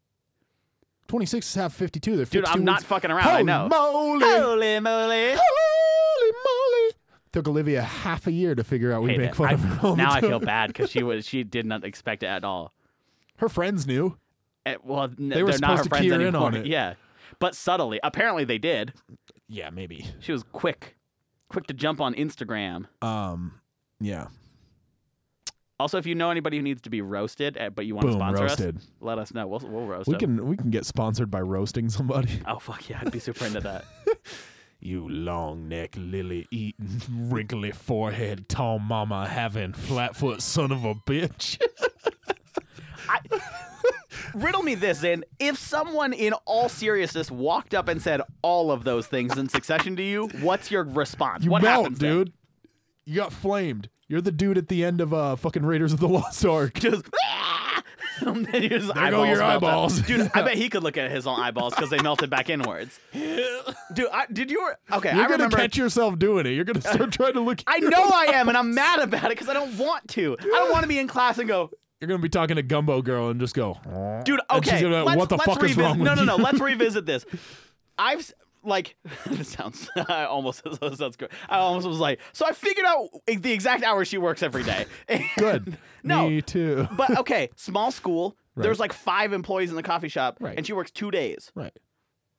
Speaker 1: 26 is half 52. They're 52
Speaker 2: Dude, I'm not
Speaker 1: weeks.
Speaker 2: fucking around.
Speaker 1: Holy
Speaker 2: I know.
Speaker 1: moly.
Speaker 2: Holy moly!
Speaker 1: Holy moly. Took Olivia half a year to figure out we
Speaker 2: Hate
Speaker 1: make
Speaker 2: it.
Speaker 1: fun
Speaker 2: I-
Speaker 1: of her. all the
Speaker 2: now I
Speaker 1: time.
Speaker 2: feel bad because she was she did not expect it at all.
Speaker 1: Her friends knew.
Speaker 2: Eh, well, n-
Speaker 1: They were
Speaker 2: they're not
Speaker 1: supposed
Speaker 2: her
Speaker 1: to
Speaker 2: friends
Speaker 1: key her in
Speaker 2: anymore.
Speaker 1: on it.
Speaker 2: Yeah, but subtly. Apparently, they did.
Speaker 1: Yeah, maybe.
Speaker 2: She was quick, quick to jump on Instagram.
Speaker 1: Um, yeah.
Speaker 2: Also, if you know anybody who needs to be roasted, eh, but you want to
Speaker 1: Boom,
Speaker 2: sponsor
Speaker 1: roasted.
Speaker 2: us, let us know. We'll, we'll roast
Speaker 1: We
Speaker 2: them.
Speaker 1: can we can get sponsored by roasting somebody.
Speaker 2: Oh fuck yeah, I'd be super into that.
Speaker 1: You long neck, lily eating, wrinkly forehead, tall mama having, flat foot son of a bitch.
Speaker 2: Riddle me this, and if someone in all seriousness walked up and said all of those things in succession to you, what's your response?
Speaker 1: You
Speaker 2: what
Speaker 1: melt,
Speaker 2: happens, then?
Speaker 1: dude. You got flamed. You're the dude at the end of uh fucking Raiders of the Lost Ark.
Speaker 2: Just. "Ah!" And then you just
Speaker 1: There go your
Speaker 2: melt up.
Speaker 1: eyeballs.
Speaker 2: dude. I bet he could look at his own eyeballs because they melted back inwards. Dude, I, did you? Okay,
Speaker 1: You're
Speaker 2: I
Speaker 1: gonna
Speaker 2: remember.
Speaker 1: catch yourself doing it. You're gonna start trying to look.
Speaker 2: I know I am, and I'm mad about it because I don't want to. I don't want to be in class and go,
Speaker 1: You're gonna be talking to Gumbo Girl and just go,
Speaker 2: dude.
Speaker 1: And she's
Speaker 2: Okay,
Speaker 1: gonna be like,
Speaker 2: let's,
Speaker 1: "What the
Speaker 2: let's
Speaker 1: fuck is
Speaker 2: revis-
Speaker 1: wrong
Speaker 2: No,
Speaker 1: with
Speaker 2: no, no.
Speaker 1: you?"
Speaker 2: Let's revisit this. I've s- like this sounds I almost that sounds good. I almost was like, so I figured out e-, the exact hour she works every day.
Speaker 1: "Good,
Speaker 2: no,
Speaker 1: me too."
Speaker 2: but okay, small school. There's
Speaker 1: Right.
Speaker 2: like five employees in the coffee shop,
Speaker 1: Right.
Speaker 2: and she works two days.
Speaker 1: Right.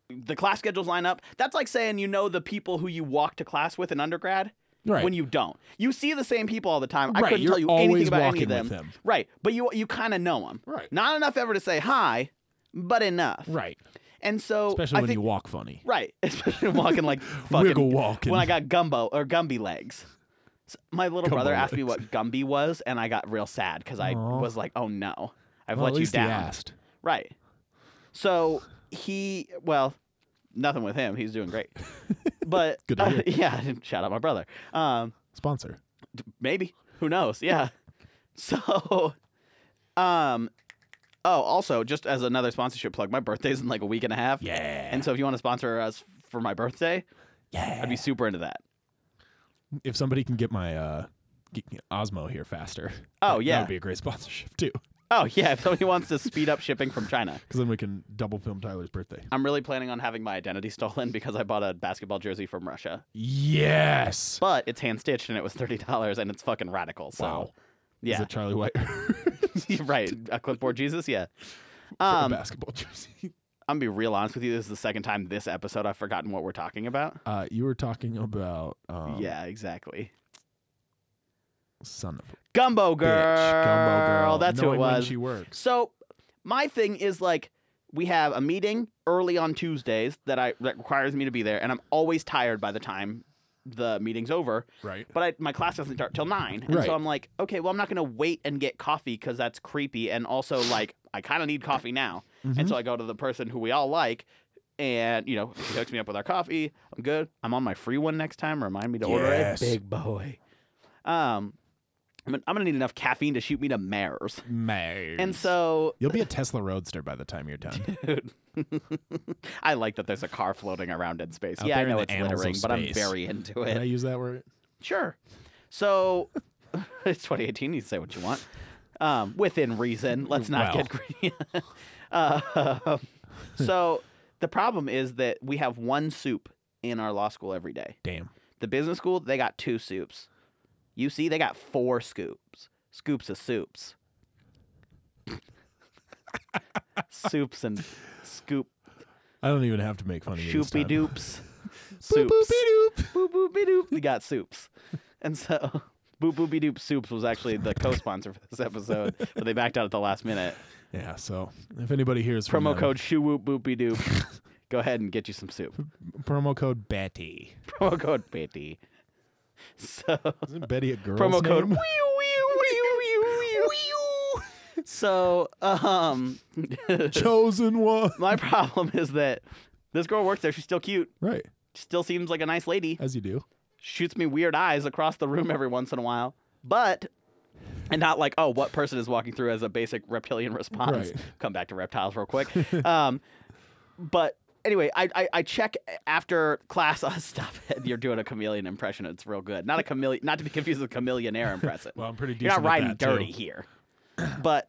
Speaker 2: The class schedules line up. That's like saying you know the people who you walk to class with in undergrad.
Speaker 1: Right.
Speaker 2: When you don't, you see the same people all the time. I
Speaker 1: Right,
Speaker 2: couldn't
Speaker 1: you're
Speaker 2: tell you
Speaker 1: always
Speaker 2: anything about any of
Speaker 1: walking
Speaker 2: them.
Speaker 1: with them.
Speaker 2: Right, but you you kind of know them.
Speaker 1: Right.
Speaker 2: Not enough ever to say hi, but enough.
Speaker 1: Right.
Speaker 2: And so
Speaker 1: Especially
Speaker 2: I
Speaker 1: when
Speaker 2: think
Speaker 1: you walk funny.
Speaker 2: right, especially walking like fucking
Speaker 1: Wiggle walking.
Speaker 2: when I got gumbo or Gumby legs. So my little
Speaker 1: Gumbo
Speaker 2: brother asked me
Speaker 1: legs.
Speaker 2: what Gumby was, and I got real sad because I
Speaker 1: Aw.
Speaker 2: was like, "Oh no, I've
Speaker 1: Well,
Speaker 2: let
Speaker 1: at
Speaker 2: you
Speaker 1: least he
Speaker 2: down."
Speaker 1: asked.
Speaker 2: Right. So he, well, nothing with him. He's doing great. But
Speaker 1: Good to
Speaker 2: uh,
Speaker 1: hear.
Speaker 2: yeah, shout out my brother. Um,
Speaker 1: Sponsor.
Speaker 2: maybe who knows yeah so um oh also just as another sponsorship plug my birthday's in like a week and a half
Speaker 1: Yeah.
Speaker 2: and so if you want to sponsor us for my birthday
Speaker 1: yeah.
Speaker 2: i'd be super into that
Speaker 1: if somebody can get my uh get Osmo here faster.
Speaker 2: Oh,
Speaker 1: that-
Speaker 2: yeah.
Speaker 1: that would be a great sponsorship too,
Speaker 2: oh yeah if somebody wants to speed up shipping from china
Speaker 1: because then we can double film Tyler's birthday.
Speaker 2: i'm really planning on having my identity stolen because i bought a basketball jersey from russia
Speaker 1: Yes.
Speaker 2: but it's hand stitched and it was $30 and it's fucking radical so
Speaker 1: Wow. Is
Speaker 2: yeah
Speaker 1: it Charlie White
Speaker 2: right a clipboard jesus yeah
Speaker 1: um,
Speaker 2: um,
Speaker 1: basketball jersey?
Speaker 2: I'm gonna be real honest with you. This is the second time this episode I've forgotten what we're talking about.
Speaker 1: Uh, you were talking about um,
Speaker 2: yeah, exactly.
Speaker 1: son of a
Speaker 2: Gumbo girl.
Speaker 1: bitch, Gumbo girl.
Speaker 2: That's who it
Speaker 1: knowing when
Speaker 2: was.
Speaker 1: She works.
Speaker 2: So my thing is like we have a meeting early on Tuesdays that I that requires me to be there, and I'm always tired by the time the meeting's over.
Speaker 1: Right.
Speaker 2: But I, my class doesn't start till nine, and
Speaker 1: Right.
Speaker 2: so I'm like, okay, well I'm not gonna wait and get coffee because that's creepy, and also like I kind of need coffee now,
Speaker 1: Mm-hmm.
Speaker 2: and so I go to the person who we all like. And you know, she hooks me up with our coffee. I'm good. I'm on my free one next time. Remind me to order it,
Speaker 1: Yes.
Speaker 2: big boy. Um, I'm gonna- I'm gonna need enough caffeine to shoot me to mares.
Speaker 1: Mares.
Speaker 2: And so
Speaker 1: you'll be a Tesla Roadster by the time you're done.
Speaker 2: Dude. I like that there's a car floating around in space.
Speaker 1: Out
Speaker 2: yeah, I
Speaker 1: there in
Speaker 2: know
Speaker 1: the
Speaker 2: it's
Speaker 1: annals of
Speaker 2: littering, but I'm
Speaker 1: space.
Speaker 2: very into
Speaker 1: Did I
Speaker 2: it.
Speaker 1: use that word?
Speaker 2: Sure. So it's 2018. You can say what you want. um, within reason. Let's not
Speaker 1: Well.
Speaker 2: get greedy. uh, so the problem is that we have one soup in our law school every day.
Speaker 1: Damn.
Speaker 2: The business school they got two soups. UC they got four scoops. Scoops of soups. soups and scoop
Speaker 1: I don't even have to make fun of you.
Speaker 2: shoopy doops.
Speaker 1: Boop
Speaker 2: soups.
Speaker 1: doop.
Speaker 2: Boop boop be doop. We got soups. And so Boop Boop Be Doop Soups was actually the co sponsor for this episode, but they backed out at the last minute.
Speaker 1: Yeah. So if anybody hears from
Speaker 2: Promo
Speaker 1: them,
Speaker 2: code Shoo Whoop Boopy Doop. Go ahead and get you some soup.
Speaker 1: promo code Betty.
Speaker 2: Promo code Betty. So
Speaker 1: Isn't Betty a girl?
Speaker 2: promo code.
Speaker 1: Name?
Speaker 2: So um,
Speaker 1: Chosen one.
Speaker 2: my problem is that this girl works there. She's still cute.
Speaker 1: Right.
Speaker 2: Still seems like a nice lady.
Speaker 1: As you do.
Speaker 2: Shoots me weird eyes across the room every once in a while. But and not like oh what person is walking through as a basic reptilian response
Speaker 1: Right.
Speaker 2: come back to reptiles real quick um, but anyway I, I, I check after class oh, stop it you're doing a chameleon impression it's real good not a chameleon not to be confused with chameleonaire impression
Speaker 1: Well, I'm pretty decent.
Speaker 2: you're not
Speaker 1: at
Speaker 2: riding
Speaker 1: that, too.
Speaker 2: dirty here but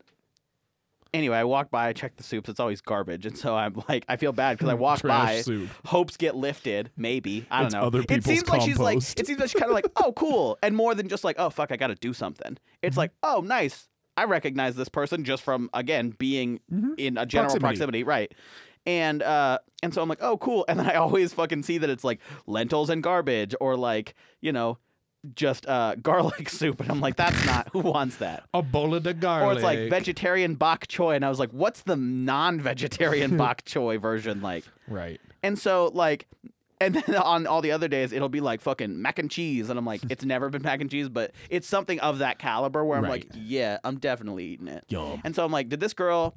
Speaker 2: anyway i walk by i check the soups it's always garbage and so i'm like i feel bad because i walk
Speaker 1: Trash
Speaker 2: by
Speaker 1: soup.
Speaker 2: hopes get lifted maybe i don't
Speaker 1: It's
Speaker 2: know
Speaker 1: other
Speaker 2: it
Speaker 1: people's
Speaker 2: seems like she's like
Speaker 1: compost.
Speaker 2: it seems like she's kind of like oh cool and more than just like oh fuck i gotta do something it's
Speaker 1: Mm-hmm.
Speaker 2: like oh nice i recognize this person just from again being in a general
Speaker 1: Mm-hmm. Proximity.
Speaker 2: proximity right and uh and so i'm like oh cool and then i always fucking see that it's like lentils and garbage or like you know just uh garlic soup and i'm like that's not who wants that
Speaker 1: A bowl of the garlic.
Speaker 2: or it's like vegetarian bok choy and i was like what's the non-vegetarian bok choy version like
Speaker 1: Right.
Speaker 2: and so like and then on all the other days it'll be like fucking mac and cheese and i'm like it's never been mac and cheese but it's something of that caliber where i'm like
Speaker 1: Right.
Speaker 2: yeah i'm definitely eating it
Speaker 1: Yum.
Speaker 2: and so i'm like did this girl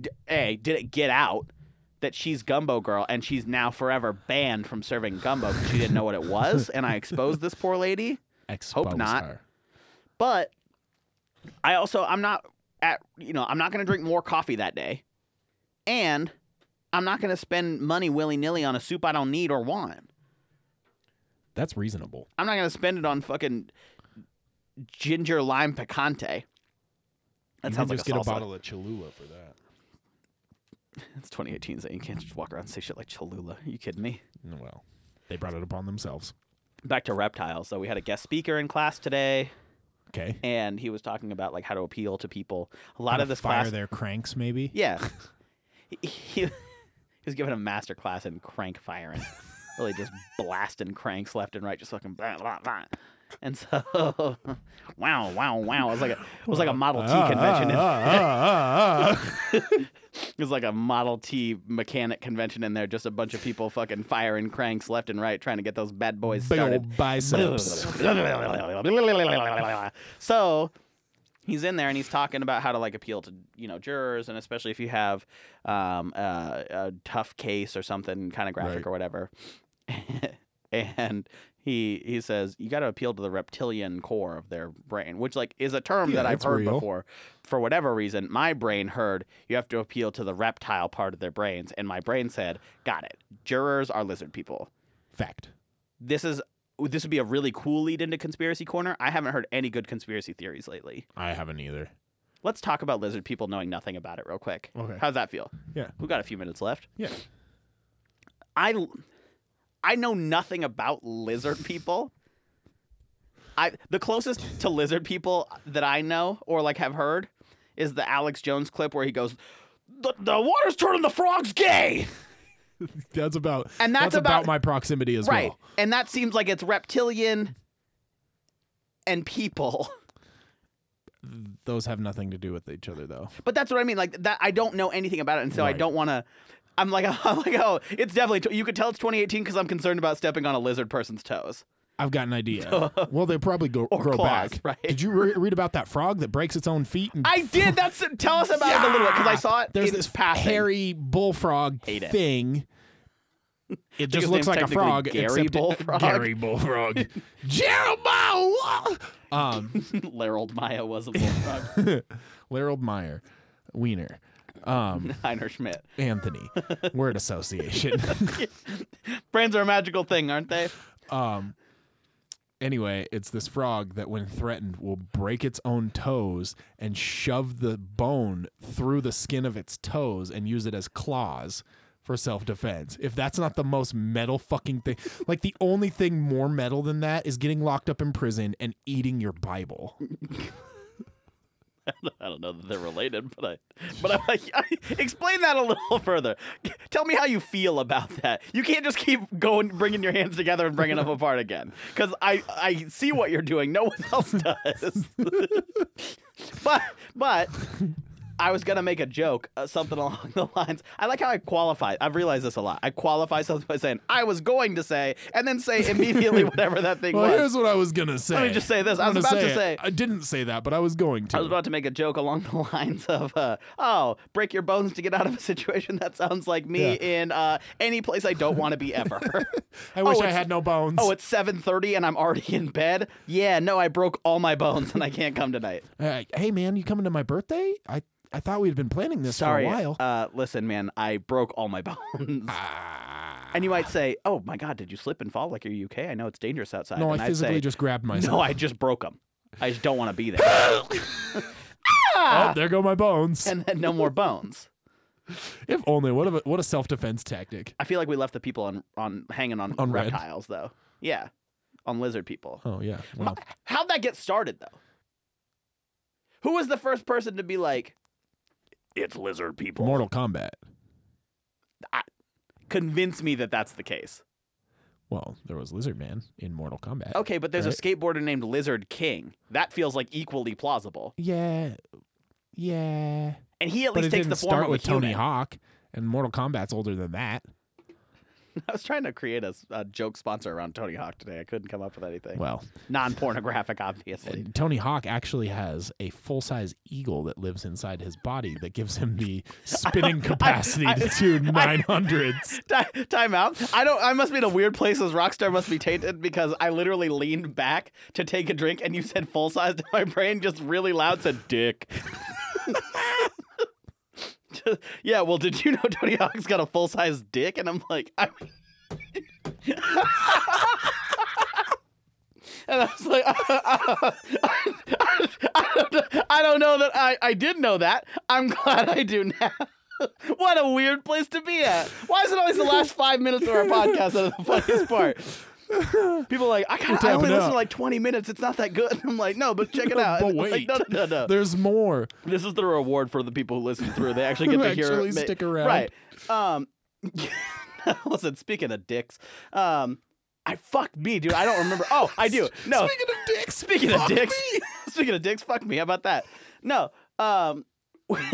Speaker 2: d- a did it get out that she's gumbo girl and she's now forever banned from serving gumbo because she didn't know what it was and i exposed this poor lady
Speaker 1: Expose
Speaker 2: not.
Speaker 1: her.
Speaker 2: but I also I'm not at you know I'm not going to drink more coffee that day, and I'm not going to spend money willy nilly on a soup I don't need or want.
Speaker 1: That's reasonable.
Speaker 2: I'm not going to spend it on fucking ginger lime picante. That
Speaker 1: you
Speaker 2: sounds
Speaker 1: can
Speaker 2: like
Speaker 1: just
Speaker 2: a
Speaker 1: get
Speaker 2: salsa.
Speaker 1: a bottle of Cholula for that.
Speaker 2: It's 2018, so you can't just walk around and say shit like Cholula. Are you kidding me?
Speaker 1: Well, they brought it upon themselves.
Speaker 2: Back to reptiles. So we had a guest speaker in class today,
Speaker 1: Okay.
Speaker 2: and he was talking about like how to appeal to people. A lot of this
Speaker 1: fire
Speaker 2: class
Speaker 1: their cranks, maybe.
Speaker 2: Yeah. he, he, he was giving a master class in crank firing. really just blasting cranks left and right, just fucking blah, blah, blah. And so, wow, wow, wow. It was like a, it was like a Model T
Speaker 1: Ah,
Speaker 2: convention. in-
Speaker 1: ah, ah, ah, ah.
Speaker 2: It was like a Model T mechanic convention in there. Just a bunch of people fucking firing cranks left and right, trying to get those bad boys
Speaker 1: Big
Speaker 2: started.
Speaker 1: old biceps.
Speaker 2: so he's in there and he's talking about how to like appeal to you know jurors and especially if you have um, uh, a tough case or something kind of graphic
Speaker 1: Right.
Speaker 2: or whatever and he he says you got to appeal to the reptilian core of their brain which like is a term
Speaker 1: Yeah,
Speaker 2: that i've
Speaker 1: it's
Speaker 2: heard
Speaker 1: real.
Speaker 2: before for whatever reason my brain heard you have to appeal to the reptile part of their brains and my brain said got it jurors are lizard people
Speaker 1: Fact.
Speaker 2: this is this would be a really cool lead into conspiracy corner. I haven't heard any good conspiracy theories lately.
Speaker 1: I haven't either.
Speaker 2: Let's talk about lizard people knowing nothing about it real quick.
Speaker 1: Okay.
Speaker 2: How's that feel?
Speaker 1: Yeah.
Speaker 2: We've got a few minutes left.
Speaker 1: Yeah.
Speaker 2: I I know nothing about lizard people. I the closest to lizard people that I know or like have heard is the Alex Jones clip where he goes the, the water's turning the frogs gay.
Speaker 1: That's about.
Speaker 2: And that's about-
Speaker 1: my proximity as
Speaker 2: Right.
Speaker 1: well.
Speaker 2: And that seems like it's reptilian and people.
Speaker 1: Those have nothing to do with each other, though.
Speaker 2: But that's what I mean. Like that, I don't know anything about it, and so I
Speaker 1: Right.
Speaker 2: don't want to. I'm like, I'm like, oh, it's definitely. you could tell it's 2018 because I'm concerned about stepping on a lizard person's toes.
Speaker 1: I've got an idea. well, they probably go, grow
Speaker 2: claws,
Speaker 1: back.
Speaker 2: right?
Speaker 1: Did you re- read about that frog that breaks its own feet? And
Speaker 2: I did. That's tell us about it a little bit because I saw it.
Speaker 1: There's
Speaker 2: in
Speaker 1: this
Speaker 2: passing.
Speaker 1: hairy bullfrog
Speaker 2: Hate it.
Speaker 1: thing. It just
Speaker 2: his
Speaker 1: looks
Speaker 2: name's
Speaker 1: like a
Speaker 2: technically
Speaker 1: frog.
Speaker 2: Gary
Speaker 1: except it-
Speaker 2: Bullfrog.
Speaker 1: Gary Bullfrog. Jeremiah. Um,
Speaker 2: Larold Maya was a uh, bullfrog.
Speaker 1: Larold Meyer, Wiener, um,
Speaker 2: Heiner Schmidt.
Speaker 1: Anthony, word association.
Speaker 2: Brains are a magical thing, aren't they?
Speaker 1: um, Anyway, it's this frog that, when threatened, will break its own toes and shove the bone through the skin of its toes and use it as claws for self defense. If that's not the most metal fucking thing, like the only thing more metal than that is getting locked up in prison and eating your Bible.
Speaker 2: I don't know that they're related, but I, but I, I, explain that a little further. Tell me how you feel about that. You can't just keep going, bringing your hands together and bringing them apart again, because I, I see what you're doing. No one else does. but, but. I was gonna make a joke, uh, something along the lines. I like how I qualify. I've realized this a lot. I qualify something by saying I was going to say, and then say immediately whatever that thing
Speaker 1: Well,
Speaker 2: was.
Speaker 1: here's what I was gonna say.
Speaker 2: me just say this. I was
Speaker 1: gonna
Speaker 2: about to
Speaker 1: it.
Speaker 2: say-
Speaker 1: I didn't say that, but I was going to.
Speaker 2: I was about to make a joke along the lines of, uh, "Oh, break your bones to get out of a situation." That sounds like me in uh, any place I don't want to be ever.
Speaker 1: I wish
Speaker 2: Oh,
Speaker 1: I
Speaker 2: it's-
Speaker 1: had no bones.
Speaker 2: oh, it's seven thirty and I'm already in bed. Yeah, no, I broke all my bones and I can't come tonight.
Speaker 1: Uh, hey man, you coming to my birthday? I I thought we had been planning this
Speaker 2: Sorry.
Speaker 1: for a while.
Speaker 2: Uh, listen, man, I broke all my bones.
Speaker 1: Ah.
Speaker 2: and you might say, "Oh my God, did you slip and fall like you're UK? I know it's dangerous outside."
Speaker 1: no,
Speaker 2: and
Speaker 1: I
Speaker 2: would
Speaker 1: physically
Speaker 2: say,
Speaker 1: just grabbed
Speaker 2: No,
Speaker 1: myself.
Speaker 2: I just broke them. I just don't want to be there.
Speaker 1: oh, there go my bones.
Speaker 2: and then no more bones.
Speaker 1: if only what a what a self defense tactic.
Speaker 2: I feel like we left the people on on hanging on,
Speaker 1: On red.
Speaker 2: reptiles though. Yeah, on lizard people.
Speaker 1: Oh yeah. Wow.
Speaker 2: How'd that get started though? Who was the first person to be like, "It's lizard people"?
Speaker 1: Mortal Kombat.
Speaker 2: Convince me that that's the case.
Speaker 1: Well, there was Lizard Man in Mortal Kombat.
Speaker 2: Okay, but there's a
Speaker 1: Right.
Speaker 2: skateboarder named Lizard King. That feels like equally plausible,
Speaker 1: Yeah. Yeah.
Speaker 2: and he at
Speaker 1: but
Speaker 2: least
Speaker 1: it
Speaker 2: takes
Speaker 1: didn't
Speaker 2: the form
Speaker 1: start
Speaker 2: of
Speaker 1: with
Speaker 2: a human.
Speaker 1: Tony Hawk, and Mortal Kombat's older than that.
Speaker 2: I was trying to create a, s- a joke sponsor around Tony Hawk today. I couldn't come up with anything
Speaker 1: Well,
Speaker 2: non-pornographic, obviously.
Speaker 1: And Tony Hawk actually has a full size eagle that lives inside his body that gives him the spinning capacity
Speaker 2: I-
Speaker 1: to two 900s.
Speaker 2: Ti- Time out. I don't. I must be in a weird place as Rockstar must be tainted because I literally leaned back to take a drink and you said full size to my brain just really loud said dick. Just- yeah. Well, did you know Tony Hawk's got a full size dick? And I'm like, I. And I was like, I, don't, I don't know that I, I did know that. I'm glad I do now. what a weird place to be at. Why is it always the last five minutes of our podcast that are the funniest part? People are like, I, kinda, I
Speaker 1: tapping
Speaker 2: only listen
Speaker 1: out.
Speaker 2: to like 20 minutes. It's not that good. I'm like, no, but check it out.
Speaker 1: But
Speaker 2: It's like,
Speaker 1: wait,
Speaker 2: no, no, no, no.
Speaker 1: there's more.
Speaker 2: This is the reward for the people who listen through. They actually get
Speaker 1: Who
Speaker 2: to hear
Speaker 1: actually
Speaker 2: ma-
Speaker 1: stick around.
Speaker 2: Right. Um listen, speaking of dicks, um I fuck me, dude. I don't remember. Oh, I do. No.
Speaker 1: Speaking of dicks,
Speaker 2: Speaking of
Speaker 1: fuck
Speaker 2: dicks.
Speaker 1: me.
Speaker 2: Speaking of dicks, fuck me. How about that? No. Um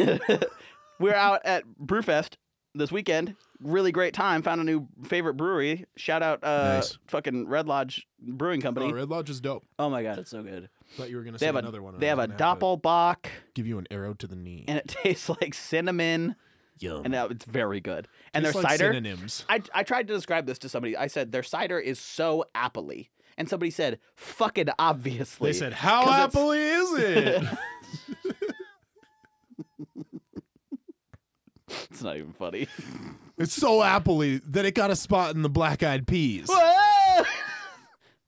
Speaker 2: We're out at Brewfest this weekend. Really great time. Found a new favorite brewery. Shout out uh
Speaker 1: Nice.
Speaker 2: fucking Red Lodge Brewing Company.
Speaker 1: Oh,
Speaker 2: Oh,
Speaker 1: Red Lodge is dope.
Speaker 2: my god, it's so good.
Speaker 1: Thought you were gonna say
Speaker 2: They have
Speaker 1: another
Speaker 2: a
Speaker 1: one. and
Speaker 2: they
Speaker 1: I
Speaker 2: have
Speaker 1: was
Speaker 2: a
Speaker 1: gonna have to
Speaker 2: Doppelbock
Speaker 1: Give you an arrow to the knee.
Speaker 2: and it tastes like cinnamon,
Speaker 1: Yum.
Speaker 2: and uh, it's very good. And
Speaker 1: Tastes
Speaker 2: their
Speaker 1: like
Speaker 2: cider,
Speaker 1: synonyms.
Speaker 2: I, I tried to describe this to somebody. I said their cider is so appley, and somebody said, "Fucking obviously."
Speaker 1: They said, "How
Speaker 2: 'Cause it's-
Speaker 1: appley is it?"
Speaker 2: it's not even funny.
Speaker 1: it's so appley that it got a spot in the Black Eyed Peas.
Speaker 2: Whoa!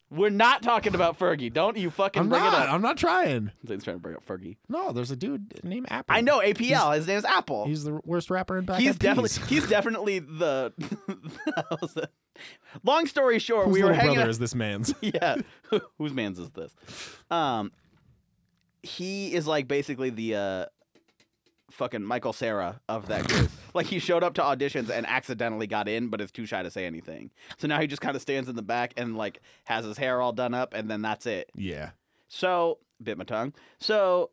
Speaker 2: We're not talking about Fergie. Don't you fucking
Speaker 1: I'm
Speaker 2: bring
Speaker 1: not.
Speaker 2: it up.
Speaker 1: I'm not trying.
Speaker 2: Zane's trying to bring up Fergie.
Speaker 1: No, there's a dude named Apple.
Speaker 2: I know APL. His name's Apple.
Speaker 1: He's the worst rapper in Black
Speaker 2: he's
Speaker 1: Eyed
Speaker 2: definitely
Speaker 1: Peas.
Speaker 2: he's definitely the. that was the- Long story short,
Speaker 1: Whose
Speaker 2: we were
Speaker 1: little
Speaker 2: hanging.
Speaker 1: brother
Speaker 2: out-
Speaker 1: is this man's?
Speaker 2: yeah. Who- Whose man's is this? Um, he is like basically the uh, fucking Michael Sarah of that group. like he showed up to auditions and accidentally got in, but is too shy to say anything. So now he just kind of stands in the back and like has his hair all done up, and then that's it.
Speaker 1: Yeah.
Speaker 2: So bit my tongue. So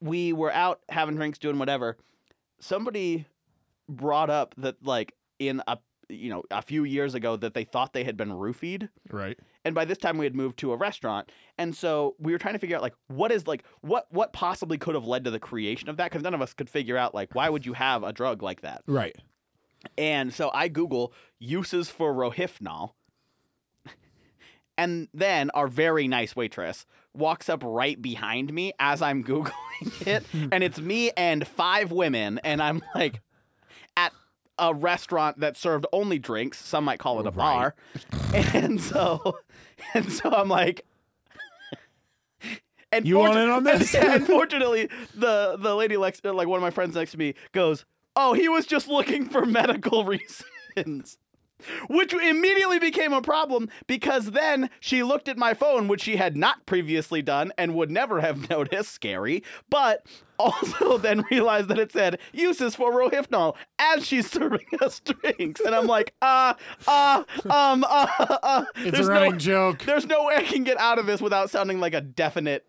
Speaker 2: we were out having drinks, doing whatever. Somebody brought up that like in a you know a few years ago that they thought they had been roofied
Speaker 1: Right.
Speaker 2: and by this time we had moved to a restaurant and so we were trying to figure out like what is like what what possibly could have led to the creation of that because none of us could figure out like why would you have a drug like that
Speaker 1: Right.
Speaker 2: and so i google uses for rohypnol and then our very nice waitress walks up right behind me as i'm googling it and it's me and five women and i'm like at a restaurant that served only drinks. Some might call it a bar. and so, and so I'm like, and
Speaker 1: You want
Speaker 2: fortu-
Speaker 1: in on this?
Speaker 2: And, unfortunately, the the lady next, like one of my friends next to me, goes, "Oh, he was just looking for medical reasons." Which immediately became a problem because then she looked at my phone, which she had not previously done and would never have noticed. Scary. But also then realized that it said uses for Rohypnol as she's serving us drinks. And I'm like, uh, uh, um, uh, uh.
Speaker 3: It's
Speaker 2: There's
Speaker 3: a
Speaker 2: no-
Speaker 3: running joke.
Speaker 2: there's no way I can get out of this without sounding like a definite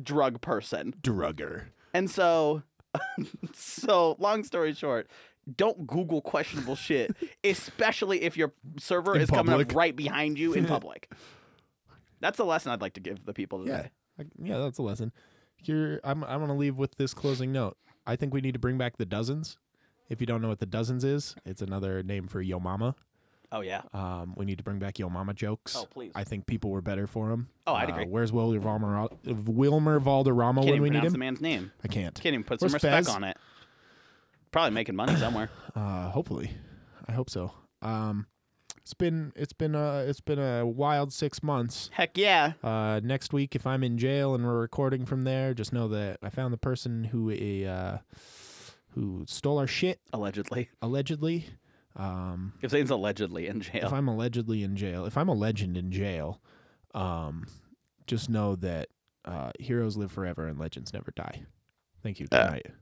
Speaker 2: drug person.
Speaker 1: Drugger.
Speaker 2: And so, so long story short, don't Google questionable shit, especially if your server
Speaker 1: In
Speaker 2: is coming up
Speaker 1: public.
Speaker 2: right behind you in public. That's a lesson I'd like to give the people today.
Speaker 1: Yeah. Like, yeah, that's a lesson. Here, I'm, I'm going to leave with this closing note. I think we need to bring back the dozens. If you don't know what the dozens is, it's another name for Yo Mama.
Speaker 2: Oh yeah.
Speaker 1: Um, we need to bring back Yo Mama jokes.
Speaker 2: Oh, please.
Speaker 1: I think people were better for them.
Speaker 2: Oh, I'd agree.
Speaker 1: Where's Wilmer, Valderrama- Wilmer Valderrama
Speaker 2: Can't
Speaker 1: when
Speaker 2: even
Speaker 1: we need
Speaker 2: pronounce the
Speaker 1: him?
Speaker 2: man's name.
Speaker 1: I can't.
Speaker 2: Can't even put
Speaker 1: Where's
Speaker 2: some
Speaker 1: Fez?
Speaker 2: respect on it. Probably making money somewhere.
Speaker 1: Uh, hopefully, I hope so. Um, it's been uh, it's been a it's been a wild six months.
Speaker 2: Heck yeah.
Speaker 1: Uh, next week, if I'm in jail and we're recording from there, just know that I found the person who uh, who stole our shit
Speaker 2: Allegedly.
Speaker 1: allegedly. Um,
Speaker 2: If Zane's allegedly in
Speaker 1: if
Speaker 2: jail.
Speaker 1: I'm allegedly in jail, if I'm a legend in jail, um, just know that uh, heroes live forever and legends never die. Thank you. Good night.